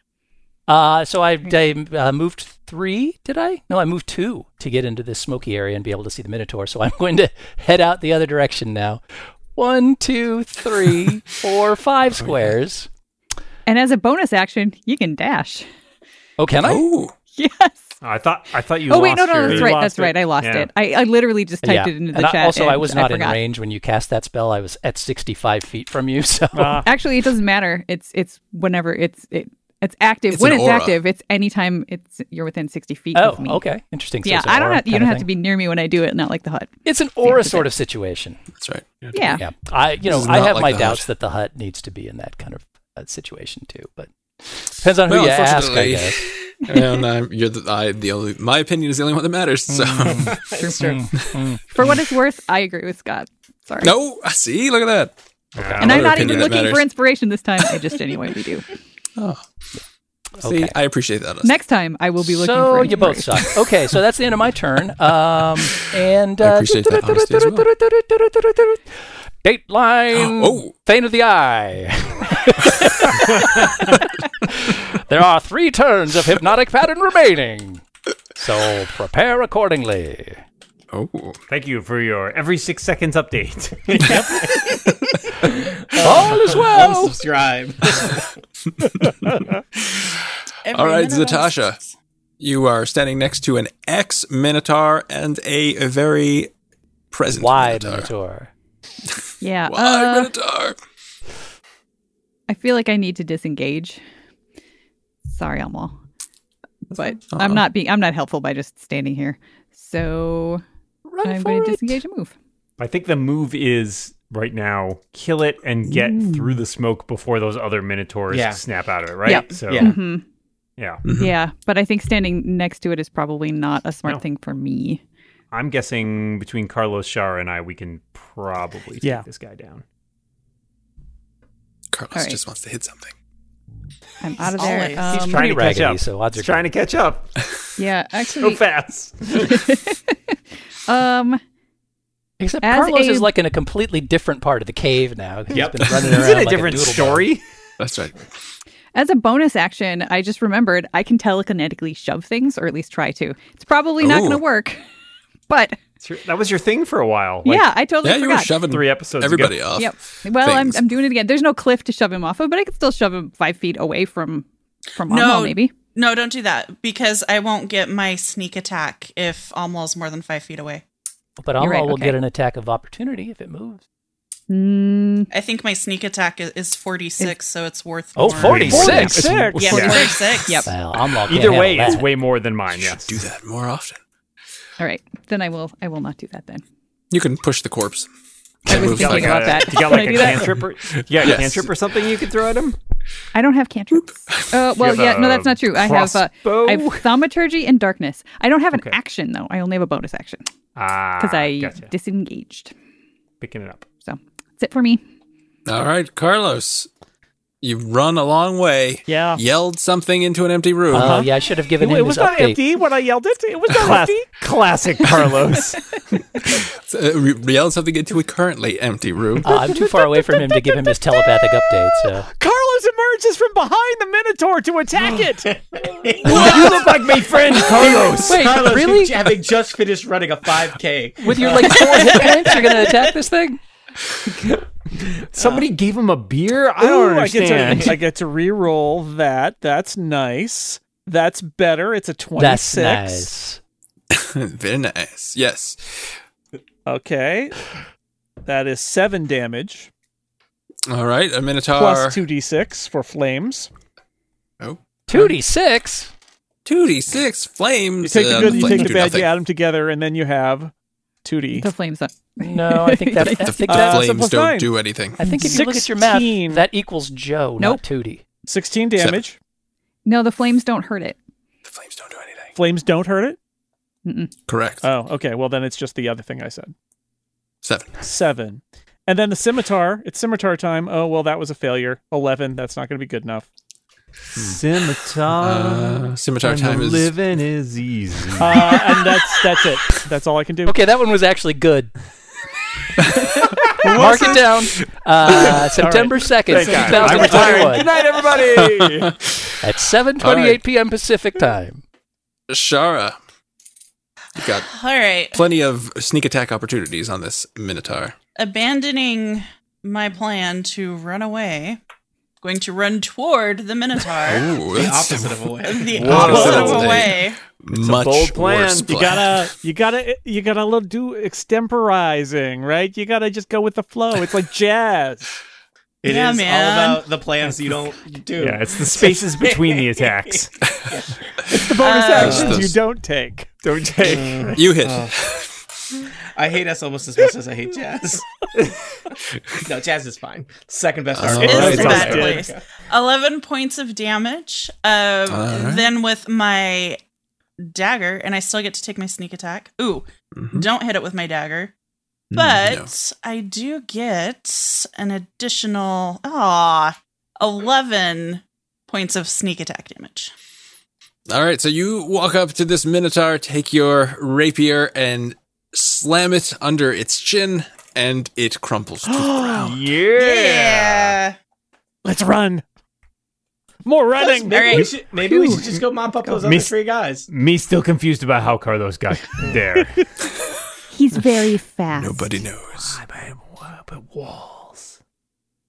S4: Uh, so I, I
S2: Mm.
S4: uh, moved three, did I? No, I moved two to get into this smoky area and be able to see the Minotaur. So I'm <laughs> going to head out the other direction now. One,
S2: <laughs>
S4: two, three, four,
S2: Oh,
S4: five squares.
S1: And as a bonus action, you can dash. <laughs>
S4: Oh, can I?
S2: Oh,
S1: Yes.
S5: Oh, I thought. I thought you.
S1: oh wait, no,
S5: lost
S1: no,
S5: your-
S1: that's
S7: You
S1: right.
S7: lost
S1: That's
S7: it.
S1: right. I lost
S5: Yeah.
S1: it. I, I literally just typed it into the
S4: and I-
S1: chat.
S4: also, I
S1: and
S4: was not in
S1: forgot.
S4: range when you cast that spell. I was at 65 feet from you. <laughs> So
S1: <laughs>
S7: Ah.
S1: Actually, it doesn't matter. It's it's whenever it's it, it's active.
S2: It's
S1: when
S2: an
S1: it's
S2: aura.
S1: active, it's anytime it's you're within sixty feet
S4: oh,
S1: of me.
S4: okay, interesting. So
S1: Yeah,
S4: it's an
S1: I don't
S4: aura
S1: have you
S4: kind
S1: don't
S4: of
S1: have to
S4: thing.
S1: be near me when I do it, not like the hut.
S4: It's an aura sort of situation.
S2: that's right.
S1: Yeah.
S4: Yeah, I you know
S2: is
S4: I
S2: not
S4: have
S2: like
S4: my
S2: the
S4: doubts
S2: hut.
S4: that the hut needs to be in that kind of uh, situation too. But depends on who
S2: Well,
S4: you ask, I
S2: unfortunately-
S4: guess.
S2: <laughs> and I'm, you're the, I, the only. My opinion is the only one that matters. So
S4: Hmm. Mm,
S1: For what it's worth, I agree with Scott. Sorry.
S2: <laughs> no, I see. Look at that.
S1: And I'm
S2: Another
S1: not even
S2: opinion that
S1: looking for
S2: matters.
S1: inspiration this time. I just anyway we
S4: <laughs>
S1: do.
S2: See,
S4: Okay.
S2: I appreciate that.
S1: Next time I will be looking
S4: so
S1: for
S4: you both
S1: inspiration.
S4: suck. Okay, so that's the end of
S2: <laughs>
S4: my turn. Um, and uh,
S2: I appreciate that honesty as
S4: Dateline,
S2: Oh.
S4: Thane of the Eye. <laughs> there are three turns of hypnotic pattern remaining, so prepare accordingly.
S2: Oh,
S5: Thank you for your every six seconds update.
S2: Oh.
S4: All is
S5: Oh.
S4: well.
S6: Unsubscribe.
S3: Every
S2: All right,
S3: minute I
S2: Zatasha.
S3: s-
S2: You are standing next to an ex Minotaur and a very present
S4: Why
S2: Minotaur.
S4: Minotaur?
S1: Yeah.
S2: Why
S1: uh,
S2: Minotaur?
S1: I feel like I need to disengage. Sorry, Elmo. But
S2: fine.
S1: I'm
S2: Uh-uh.
S1: not being I'm not helpful by just standing here. So
S4: Run
S1: I'm
S4: for
S1: going
S4: it.
S1: to disengage and move.
S5: I think the move is right now kill it and get through the smoke before those other minotaurs
S6: Yeah.
S5: snap out of it, right?
S1: Yep.
S5: So
S6: Yeah.
S1: hmm
S5: yeah.
S4: Mm-hmm.
S1: Yeah, but I think standing next to it is probably not a smart
S5: No.
S1: thing for me.
S5: I'm guessing between Carlos Shara and I we can probably take
S7: Yeah.
S5: this guy down.
S2: Carlos
S1: All right.
S2: just wants to hit something.
S1: I'm out of there.
S3: Always.
S1: Um,
S5: He's
S4: Pretty
S5: trying to catch
S4: raggedy,
S5: up.
S4: so odds are
S5: He's trying to catch up
S1: yeah,
S5: so
S1: actually,
S5: fast.
S1: um,
S4: Except
S1: As
S4: Carlos
S1: a-
S4: is like in a completely different part of the cave now. <laughs> He's
S6: Yep.
S4: been running
S5: Is
S4: around
S5: it a
S4: like
S5: different
S4: doodle
S5: story?
S2: That's right.
S1: as a bonus action, I just remembered I can telekinetically shove things, or at least try to. It's probably not
S2: Ooh.
S1: going to work, <laughs> but
S5: That was your thing for a while. Like,
S1: yeah, I totally
S2: yeah, you were
S1: forgot.
S2: shoving
S5: Three episodes
S2: everybody off.
S1: Yep. Well, I'm,
S2: things.
S1: I'm doing it again. There's no cliff to shove him off of, but I could still shove him five feet away from from
S3: No.
S1: Amal, maybe.
S3: No, don't do that because I won't get my sneak attack if Almal's more than five feet away.
S4: ball. But
S1: You're
S4: Alma
S1: right,
S4: will
S1: okay.
S4: get an attack of opportunity if it moves.
S1: Mm,
S3: I think my sneak attack is, is 46, so it's worth
S4: Oh,
S3: more.
S4: 46.
S3: Yeah,
S5: Yeah.
S3: 46.
S1: Yep.
S4: Well, Alma
S5: Either way, it's way more than mine.
S2: You should
S5: Yes.
S2: do that more often.
S1: all right, then I will. I will not do that then.
S2: You can push the corpse.
S1: I was
S2: moves
S1: thinking
S2: like
S1: about
S5: a,
S1: that.
S5: You got
S1: Can
S5: like
S1: I
S5: a
S1: do that?
S5: cantrip, or, you got a
S2: Yes.
S5: cantrip or something you could throw at him.
S1: I don't have cantrips. Uh, well,
S5: have
S1: yeah, no,
S5: a
S1: that's not true. I have uh,
S5: crossbow?
S1: I have thaumaturgy and darkness. I don't have an
S5: Okay.
S1: action though. I only have a bonus action
S5: Ah,
S1: because I
S5: gotcha.
S1: disengaged.
S5: picking it up.
S1: So that's it for me.
S2: All right, Carlos. You've run a long way.
S7: Yeah. Uh.
S2: Yelled something into an empty room.
S4: Oh, yeah, I should have given
S7: It,
S4: him
S7: it
S4: his
S7: was
S4: update.
S7: not empty when I yelled it. It was not empty.
S5: Classic
S7: <laughs>
S5: Carlos.
S2: Uh, re- yelled something into a currently empty room.
S4: Uh, I'm too far away from him to give him his telepathic update. So
S7: Carlos emerges from behind the Minotaur to attack <laughs> it.
S6: <laughs>
S5: you look like my friend Carlos.
S4: wait,
S6: Carlos,
S4: really?
S6: having just finished running a
S4: <laughs>
S6: 5K.
S4: With your <laughs> like four hit points, you're gonna attack this thing?
S5: Somebody gave him a beer. I don't
S7: Ooh, I
S5: understand.
S7: get, to, I get to re-roll that. That's nice. That's better. It's a
S4: That's
S7: twenty-six.
S4: nice.
S2: <laughs> Very nice. Yes.
S7: Okay, that is seven damage
S2: All right, a Minotaur.
S7: plus two d six for flames.
S2: Oh.
S4: Two d six.
S2: 2d6 flames.
S7: You take the
S2: Uh,
S7: good, you
S2: flames
S7: take the
S2: do
S7: bad,
S2: nothing.
S7: you add them together, and then you have two d.
S1: The flames up.
S4: No, I think that. <laughs> I
S2: The
S4: think
S7: Uh,
S4: that.
S7: so
S2: flames
S7: plus
S2: don't
S7: nine.
S2: do anything.
S4: I think if you look at your map,
S7: 16.
S4: that equals Joe,
S1: Nope.
S4: not Tootie.
S7: Sixteen damage.
S1: No, the flames don't hurt it.
S2: The flames don't do anything.
S7: Flames don't hurt it.
S1: Mm-mm.
S2: Correct.
S7: Oh, okay. Well, then it's just the other thing I said.
S2: Seven.
S7: Seven, and then the scimitar. It's scimitar time. Oh well, that was a failure. Eleven. That's not going to be good enough.
S5: Hmm. Scimitar.
S2: Uh,
S5: Um,
S2: scimitar time is.
S5: living is easy.
S7: Uh, and that's that's it. That's all I can do.
S4: Okay, that one was actually good. Mark it down. Uh, September second, two
S5: God. I'm
S4: thousand
S5: retired. Good
S4: twenty-one,
S5: night, everybody.
S4: at seven
S2: All right.
S4: twenty-eight p.m. Pacific time.
S2: Shara. You got
S3: All right.
S2: plenty of sneak attack opportunities on this Minotaur.
S3: Abandoning my plan to run away, going to run toward the Minotaur.
S2: Ooh,
S6: The
S2: that's
S6: opposite of a way.
S3: the
S2: Whoa.
S3: opposite of
S2: That's a-
S3: away.
S2: much
S5: bold plan.
S2: worse
S7: <laughs> You gotta, you gotta, you gotta little do extemporizing, right? You gotta just go with the flow. It's like jazz.
S6: It is
S3: Yeah, man.
S6: all about the plans you don't do.
S5: yeah, it's the spaces between <laughs> the attacks.
S7: The bonus
S3: Uh,
S7: actions
S2: Those-
S7: you don't take.
S5: Don't take. <gasps>
S2: You hit. <laughs>
S6: I hate us almost as much as I hate jazz. <laughs> no, jazz is fine. Second best
S2: All
S6: art.
S2: It
S3: is
S2: right.
S3: the
S2: Sounds
S3: bad
S5: good.
S3: place. 11 points of damage. Um,
S2: Alright.
S3: Then with my dagger, and I still get to take my sneak attack. Ooh,
S2: Mm-hmm.
S3: don't hit it with my dagger.
S2: Mm,
S3: But I do get an additional, ah, 11 points of sneak attack damage.
S2: All right, so you walk up to this Minotaur, take your rapier, and slam it under its chin, and it crumples
S3: <gasps>
S2: to the ground.
S5: Yeah.
S7: Let's run. More running.
S6: Maybe, we
S3: Alright.
S6: should, maybe we should just go mop up those other
S5: Miss-
S6: three guys.
S5: Me still confused about how Carlos got there.
S1: He's very fast.
S2: Nobody knows.
S5: but walls.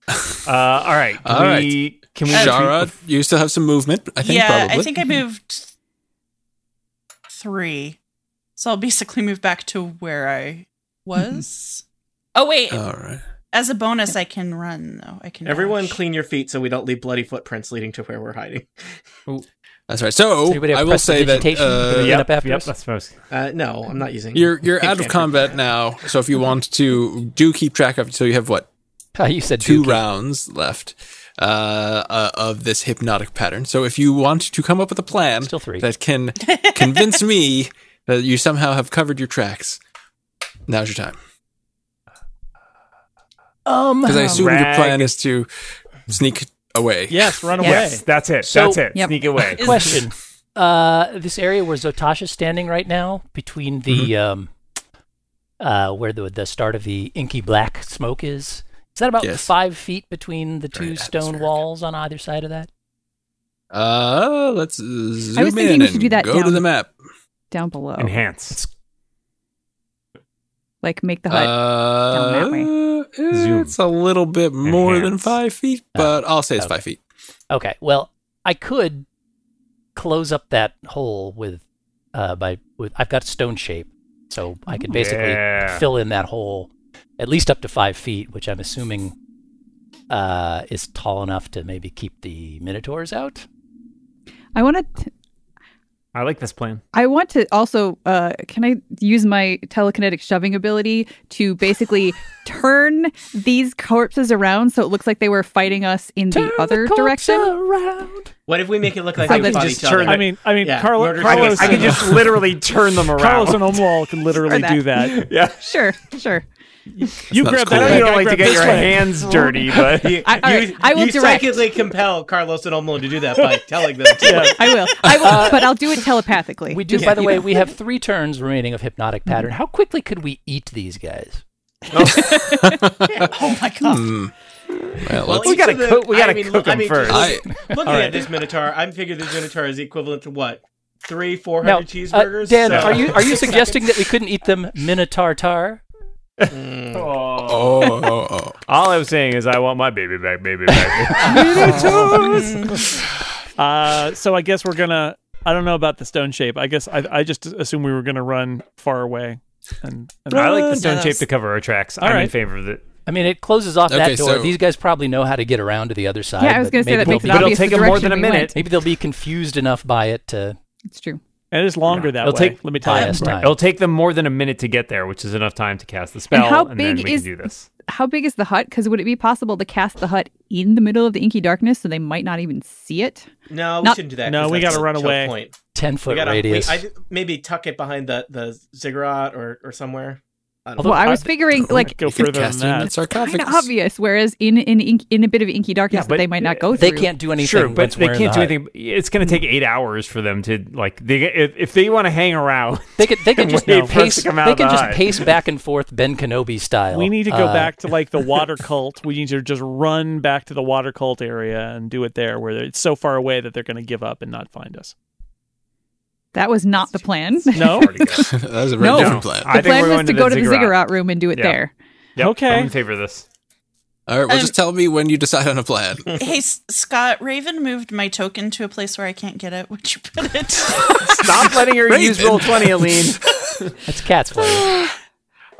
S5: Uh, all right.
S2: All right.
S5: we- Can we
S2: Shara, you still have some movement, I think,
S3: yeah,
S2: probably.
S3: I think I moved three. So I'll basically move back to where I was. oh wait,
S2: All right.
S3: as a bonus I can run though. I can
S6: Everyone,
S3: dash. Oh
S6: clean your feet so we don't leave bloody footprints leading to where we're hiding.
S2: That's right. So,
S4: Does anybody have
S2: I will say that
S4: prestidigitation?
S2: uh,
S4: Clean up
S5: Yep,
S4: after
S5: yep,
S4: us?
S5: that's most.
S6: Uh, no, I'm not using.
S2: you're you're out of
S6: Cantrip.
S2: combat now. So, if you want to, do keep track of it. So, you have what?
S4: Ah, you said
S2: Two
S4: dookie.
S2: rounds left uh, uh, of this hypnotic pattern. So, if you want to come up with a plan
S4: Still three.
S2: that
S4: <laughs>
S2: can convince me that you somehow have covered your tracks, now's your time.
S4: Um,
S2: Because I assume your
S5: Rag.
S2: plan is to sneak away.
S7: Yes, run away.
S5: Yes, that's it.
S4: So-
S5: that's it.
S1: Yep.
S5: Sneak away.
S3: Is-
S4: question. Uh, this area where Zotasha's standing right now, between the um, uh, where the the start of the inky black smoke is, is that about
S2: Yes.
S4: five feet between the two
S2: Right,
S4: stone
S2: atmospheric.
S4: walls on either side of that?
S2: Uh, let's zoom
S1: I was
S2: in
S1: thinking we should
S2: and
S1: do that
S2: go to
S1: down-
S2: the map.
S1: down below.
S5: Enhance.
S1: Like make the hut.
S2: Uh,
S1: that
S5: Zoom.
S2: It's a little bit more than
S5: Enhance.
S2: five feet, but I'll say it's
S4: Uh, okay.
S2: five feet.
S4: Okay. Well, I could close up that hole with uh, by with I've got stone shape, so I could basically
S5: Yeah.
S4: fill in that hole at least up to five feet, which I'm assuming uh, is tall enough to maybe keep the minotaurs out.
S1: I want to.
S5: I like this plan.
S1: I want to also. Uh, can I use my telekinetic shoving ability to basically turn these corpses around so it looks like they were fighting us in the other direction?
S4: Around.
S6: What if we make it look like
S1: So
S6: they
S1: they
S6: fought
S5: just
S6: each other?
S5: turn
S7: I mean, I mean,
S6: Yeah,
S7: Carlo-
S6: murder
S5: I
S7: Carlos,
S5: could, I could
S7: and,
S5: just literally turn them around.
S7: Carlos and Omwal can literally do that.
S5: yeah.
S1: Sure, sure.
S7: You
S2: not as
S7: grab
S2: cool.
S5: I know
S7: that.
S5: you
S7: bag,
S5: don't
S7: I
S5: like to
S7: grab
S5: get
S7: this
S5: your
S7: bag.
S5: hands dirty,
S6: <laughs>
S5: but <laughs>
S6: You,
S1: I- all right,
S6: you-
S1: I will
S6: you
S1: direct.
S6: psychically compel Carlos and Omlo to do that by telling them. To.
S1: I will. I will. but I'll do it telepathically.
S4: We do,
S1: Just-
S4: by the way, we have three turns remaining of hypnotic
S1: Mm-hmm.
S4: pattern. How quickly could we eat these guys?
S3: Oh my
S2: <laughs>
S3: god.
S2: Mm. Well,
S6: Well,
S2: let's.
S5: We
S6: each
S5: gotta
S6: of the-
S5: cook- we gotta
S6: I mean,
S5: cook 'em
S6: I mean,
S5: first.
S2: I,
S6: Looking at this Minotaur, I'm figuring this Minotaur is equivalent to what three, four
S4: Now,
S6: hundred
S4: uh,
S6: cheeseburgers.
S4: Dan,
S6: So-
S4: are you are you suggesting that we couldn't eat them minotaur tar?
S2: oh, oh, <laughs> oh.
S5: all I'm saying is I want my baby back, baby back.
S7: Uh, so I guess we're gonna. I don't know about the stone shape. I guess I, I just assumed we were gonna run far away. And, and
S5: I like
S7: Run.
S5: the stone
S3: Yeah,
S5: shape
S3: that's-
S5: to cover our tracks.
S7: All
S5: I'm in
S7: right.
S5: favor of it.
S4: I mean, it closes off
S2: Okay,
S4: that door.
S2: so-
S4: These guys probably know how to get around to the other side.
S1: yeah, I was
S4: but
S1: going to say
S4: maybe
S1: that
S4: they'll
S1: makes
S4: be-
S1: it
S5: But it'll
S1: obvious
S5: take
S1: the
S5: 'em more
S1: direction
S5: than a
S1: we went.
S5: minute.
S4: <laughs> Maybe they'll be confused enough by it to
S1: It's true.
S7: And it is longer that
S5: It'll
S7: way.
S5: take-
S7: Let me tell you.
S4: bias time.
S5: It'll take them more than a minute to get there, which is enough time to cast the spell,
S1: And how
S5: then
S1: big
S5: we
S1: is-
S5: can do this.
S1: How big is the hut? Because would it be possible to cast the hut in the middle of the inky darkness so they might not even see it?
S6: No, we
S1: Not-
S6: shouldn't do that.
S7: No,
S6: 'cause
S7: we
S6: that's
S7: gotta
S6: a
S7: run
S6: choke
S7: away.
S6: Point.
S4: ten
S6: We
S4: foot
S6: gotta we-
S4: radius.
S6: I th- maybe tuck it behind the the ziggurat or or somewhere. I don't
S4: Although
S1: Well, I
S7: I-
S1: was figuring like
S7: go
S2: You could
S7: further
S2: cast
S7: than
S2: it in
S7: that.
S2: that sarcophagus.
S1: kind of obvious. Whereas in in ink- in a bit of inky darkness,
S5: Yeah,
S1: that
S5: but
S1: they might not go through.
S4: they can't do anything.
S5: Sure, but
S4: once
S5: they
S4: we're in
S5: can't do
S4: the hut.
S5: anything. It's going to take eight hours for them to like. They, if, if they want to
S4: <laughs>
S5: hang around,
S4: They could
S5: <laughs>
S4: they could just
S5: Wait for us
S4: pace.
S5: to come out
S4: they
S5: of
S4: could
S5: the
S4: just
S5: hut.
S4: pace back and forth, Ben Kenobi
S5: <laughs>
S4: style.
S7: We need to go
S4: Uh,
S7: back to like the water cult. We need to just run back to the water cult area and do it there, where it's so far away that they're going to give up and not find us.
S1: That was not <laughs> the
S5: <laughs>
S1: plan.
S7: No.
S5: Already
S2: <laughs>
S5: good.
S2: that was a very
S1: No.
S2: different plan.
S5: I
S1: the
S5: think
S1: plan
S5: we're
S1: was
S5: going
S1: to
S5: the
S1: go to the
S5: ziggurat.
S1: ziggurat room and do it
S5: Yeah.
S1: there.
S5: Yep,
S7: Okay.
S5: I'm in favor of this.
S2: All right, well,
S3: Um,
S2: just tell me when you decide on a plan.
S3: Hey S- Scott, Raven moved my token to a place where I can't get it. Would you put it?
S5: Stop letting her use roll twenty, <laughs> Aline.
S4: That's
S5: <laughs>
S4: cat's play.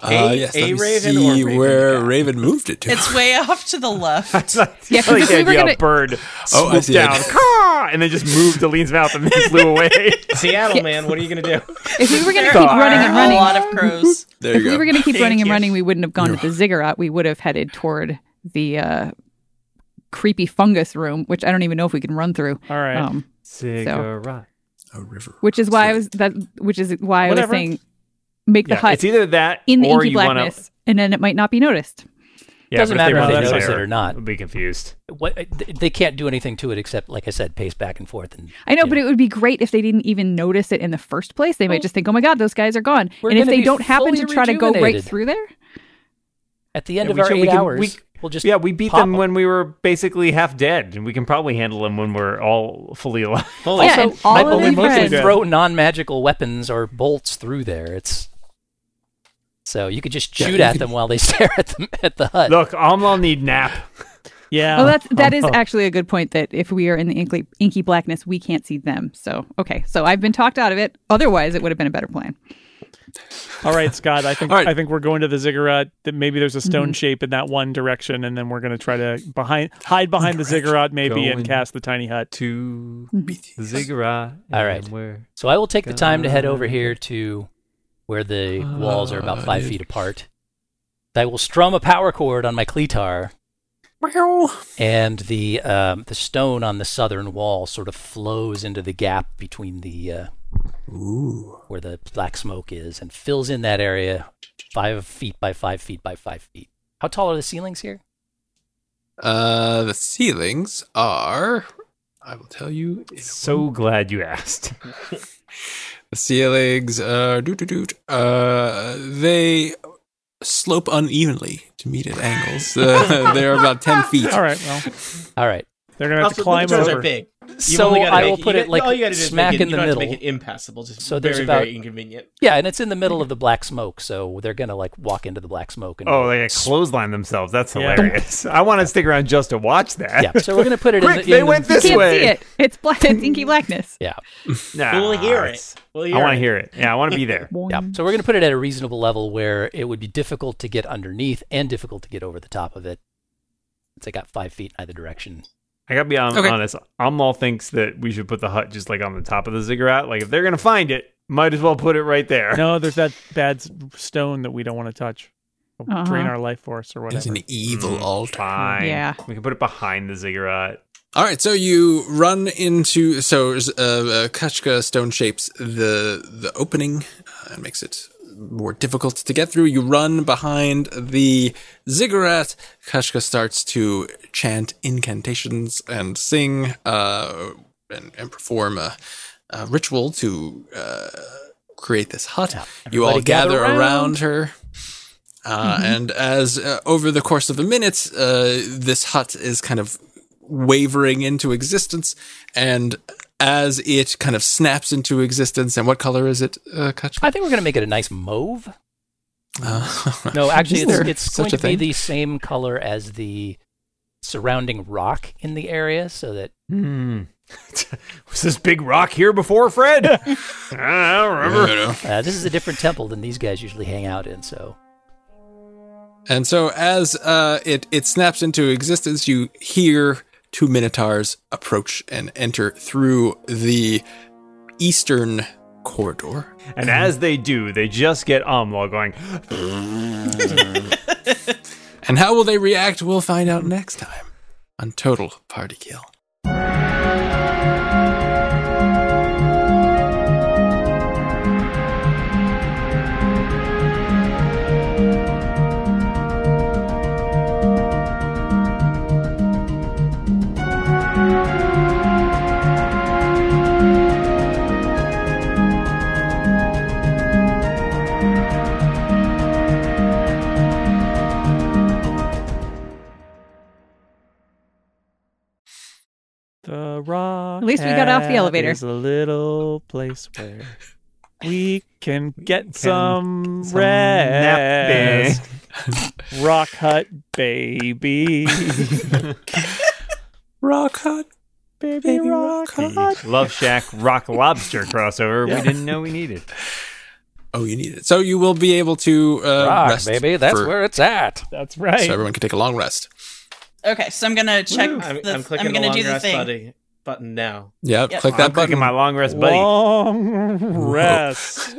S2: Uh, yes,
S6: a
S2: let me
S6: raven
S2: see
S6: or raven
S2: where
S6: cat?
S2: Raven moved it to.
S3: it's way off to the left.
S1: Yeah,
S5: I like
S1: because
S5: the
S1: we were
S5: idea
S1: gonna.
S5: a bird
S2: Oh, I
S5: swooped
S2: see it.
S5: <laughs> down, caw, and then just moved Aline's mouth and then flew <laughs> away.
S6: <laughs> Seattle, man, what are you gonna
S7: <laughs>
S6: do?
S1: If we were gonna
S5: <laughs>
S3: There
S1: keep
S3: are
S1: running and
S3: A lot
S1: running,
S3: of crows.
S2: <laughs> there
S1: if
S2: you
S1: we
S2: go.
S1: were gonna keep
S6: Thank
S1: running and
S6: you.
S1: running, we wouldn't have gone to the ziggurat. We would have headed toward the uh, creepy fungus room, which I don't even know if we can run through.
S7: All right.
S1: Um,
S5: Cigarette.
S2: a river.
S1: which is why I was that. Which is why
S7: Whatever.
S1: I was saying, make the
S5: Yeah,
S1: hut
S5: it's either that
S1: in the
S5: or
S1: inky
S5: you want to.
S1: blackness, and then it might not be noticed.
S5: Yeah,
S4: Doesn't
S5: but
S4: matter if
S5: run
S7: they
S5: in
S7: notice
S5: there,
S4: it or not.
S5: We'll be confused.
S4: What uh, th- they can't do anything to it except, like I said, pace back and forth. And
S1: I know, but it would be great if they didn't even notice it in the first place. They might just think, "Oh my god, those guys are gone."
S4: We're
S1: And if
S4: gonna
S1: they
S4: be
S1: don't happen to
S4: fully
S1: try to go right
S4: rejuvenated.
S1: through there,
S4: at the end
S5: Yeah,
S4: of
S5: we
S4: our
S5: should-
S4: eight
S5: we can-
S4: hours,
S5: we-
S4: will just
S5: Yeah, we beat
S4: pop
S5: them when we were basically half dead, and we can probably handle them when we're all fully alive. <laughs>
S1: yeah, and all
S4: I
S1: of their
S4: believe you can
S1: friends-
S4: throw non-magical weapons or bolts through there. It's so you could just
S2: Yeah,
S4: shoot
S2: you
S4: at
S2: could-
S4: <laughs> them while they stare at them at the hut.
S5: Look, Omlal need nap.
S7: Yeah. Um,
S1: Oh, that's that is actually a good point. That if we are in the inky, inky blackness, we can't see them. So okay, so I've been talked out of it. Otherwise, it would have been a better plan.
S7: All right, Scott. I think
S2: All right.
S7: I think we're going to the ziggurat. That maybe there's a stone shape in that one direction, and then we're going to try to behind hide behind the ziggurat maybe and
S5: Going.
S7: cast the tiny hut.
S5: to ziggurat.
S4: All right.
S5: and Where
S4: So I will take the time to head over here to where the walls are about five
S2: God.
S4: feet apart. I will strum a power chord on my cleatar, and the um, the stone on the southern wall sort of flows into the gap between the uh,
S2: Ooh.
S4: where the black smoke is and fills in that area five feet by five feet by five feet. How tall are the ceilings here?
S2: Uh, the ceilings are. I will tell you. in a
S5: so glad you asked.
S2: The ceilings are doot doot doot. Uh, they slope unevenly to meet at angles. Uh, <laughs> they're about ten feet.
S7: All right. Well,
S4: All right.
S7: they're going to have to
S6: Also,
S7: climb
S6: miniatures
S7: over.
S6: Are big. You
S4: so
S6: only gotta
S4: I
S6: make
S4: will
S6: it-
S4: put
S6: you
S4: it
S6: got-
S4: like
S6: all you gotta do is make
S4: smack
S6: it-
S4: in the
S6: you don't have
S4: middle.
S6: to make it impassable. Just
S4: So
S6: very
S4: there's about-
S6: very inconvenient.
S4: Yeah, and it's in the middle of the black smoke, so they're gonna like walk into the black smoke and
S5: <laughs> Oh, they clothesline themselves. That's
S7: Yeah.
S5: hilarious. I want to stick around just to watch that.
S4: yeah. So we're gonna put it in
S5: Quick,
S4: the,
S5: they
S4: in the-
S5: went this
S1: Can't
S5: way.
S1: see it. It's black. It's inky blackness.
S4: yeah.
S5: Nah,
S7: Ah.
S6: We'll hear it.
S5: it's-
S6: We'll
S5: I
S6: hear
S5: want
S6: it.
S5: to hear it. Yeah, I want to be there.
S4: Yeah. So we're going to put it at a reasonable level where it would be difficult to get underneath and difficult to get over the top of it. It's like got five feet in either direction.
S5: I gotta be hon-
S2: Okay.
S5: honest. Amal thinks that we should put the hut just like on the top of the ziggurat. Like if they're gonna find it, might as well put it right there.
S7: No, there's that bad s- stone that we don't want to touch. It'll
S1: Uh-huh.
S7: Drain our life force or
S2: It's
S7: whatever.
S2: an evil
S1: Mm.
S2: altar.
S5: Fine.
S1: Yeah.
S5: We can put it behind the ziggurat.
S2: All right, so you run into so uh, uh, Kachka stone shapes the the opening uh, and makes it more difficult to get through. You run behind the ziggurat. Kachka starts to chant incantations and sing uh, and, and perform a, a ritual to uh, create this hut. you all
S4: everybody gather
S2: gather,
S4: around.
S2: around her. Uh, And as uh, over the course of a minute, uh, this hut is kind of wavering into existence. And as it kind of snaps into existence, and what color is it, uh, Kachka?
S4: I think we're going to make it a nice mauve.
S2: Uh, <laughs>
S4: No, actually,
S2: Is
S4: it's,
S2: there
S4: it's
S2: such
S4: going
S2: a
S4: to be
S2: thing?
S4: the same color as the surrounding rock in the area, so that
S5: Hmm. <laughs> Was this big rock here before, <laughs> Fred? I don't know, I don't
S2: I
S5: remember.
S2: don't know.
S4: uh, this is a different temple than these guys usually hang out in. So
S2: And so as uh, it it snaps into existence, you hear two minotaurs approach and enter through the eastern corridor.
S5: And as they do, they just get Amla going.
S2: And how will they react? We'll find out next time on Total Party Kill.
S7: The rock.
S1: At least we got off the
S7: hat
S1: elevator.
S7: Is a little place where we can get
S5: can
S7: some,
S5: some
S7: rest. Rock hut, baby.
S2: Rock Hut.
S7: baby,
S2: Baby
S7: rock,
S2: rock
S7: hut.
S5: napping. Love Shack rock lobster crossover.
S7: Yeah.
S5: We didn't know we needed.
S2: Oh, you need it. So you will be able to uh,
S4: rock,
S2: rest
S4: baby, that's
S2: for-
S4: where it's at.
S7: That's
S2: so
S7: right.
S2: everyone can take a long rest.
S3: Okay, so I'm gonna check.
S5: Woo.
S3: the,
S6: I'm,
S3: I'm,
S6: I'm clicking the
S3: gonna
S6: long
S3: do the
S6: rest
S3: thing.
S6: buddy button now.
S2: Yeah,
S3: Yep.
S2: click
S5: I'm
S2: that button.
S5: clicking my long rest, buddy.
S7: Long rest.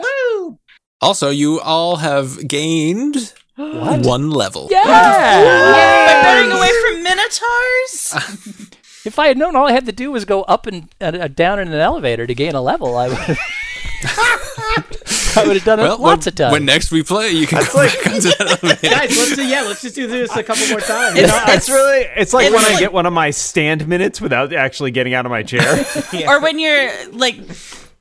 S2: also, you all have gained
S4: What?
S2: one level.
S3: By running away from minotaurs.
S4: If I had known all I had to do was go up and uh, uh, down in an elevator to gain a level, I would. <laughs> I would have done
S2: Well,
S4: it lots
S2: when,
S4: of times.
S2: when next we play, you can go back onto that
S4: <laughs>
S2: elevator.
S6: Guys, let's do, yeah, let's just do this a couple more times.
S5: You know, <laughs> it's really it's like
S3: It's
S5: when I
S3: like-
S5: get one of my stand minutes without actually getting out of my chair.
S3: Or when you're like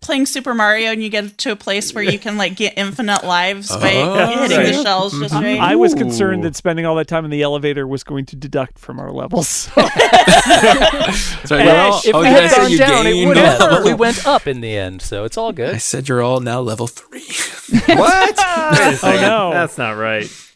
S3: playing Super Mario and you get to a place where you can like get infinite lives by
S2: Oh,
S3: hitting
S5: right.
S3: the shells just right.
S7: <laughs> I was
S5: Ooh.
S7: concerned that spending all that time in the elevator was going to deduct from our levels.
S2: Sorry,
S7: Well,
S2: you're all-
S4: if
S2: oh,
S4: we
S2: you
S4: had
S2: guys said
S4: gone
S2: you
S4: down, it
S2: gained
S4: would
S2: a
S4: have.
S2: level.
S4: But we went up in the end, so it's all
S2: I
S4: good.
S2: said you're all now level three. <laughs>
S4: <laughs>
S5: what? Wait a second.
S7: no.
S5: That's not right.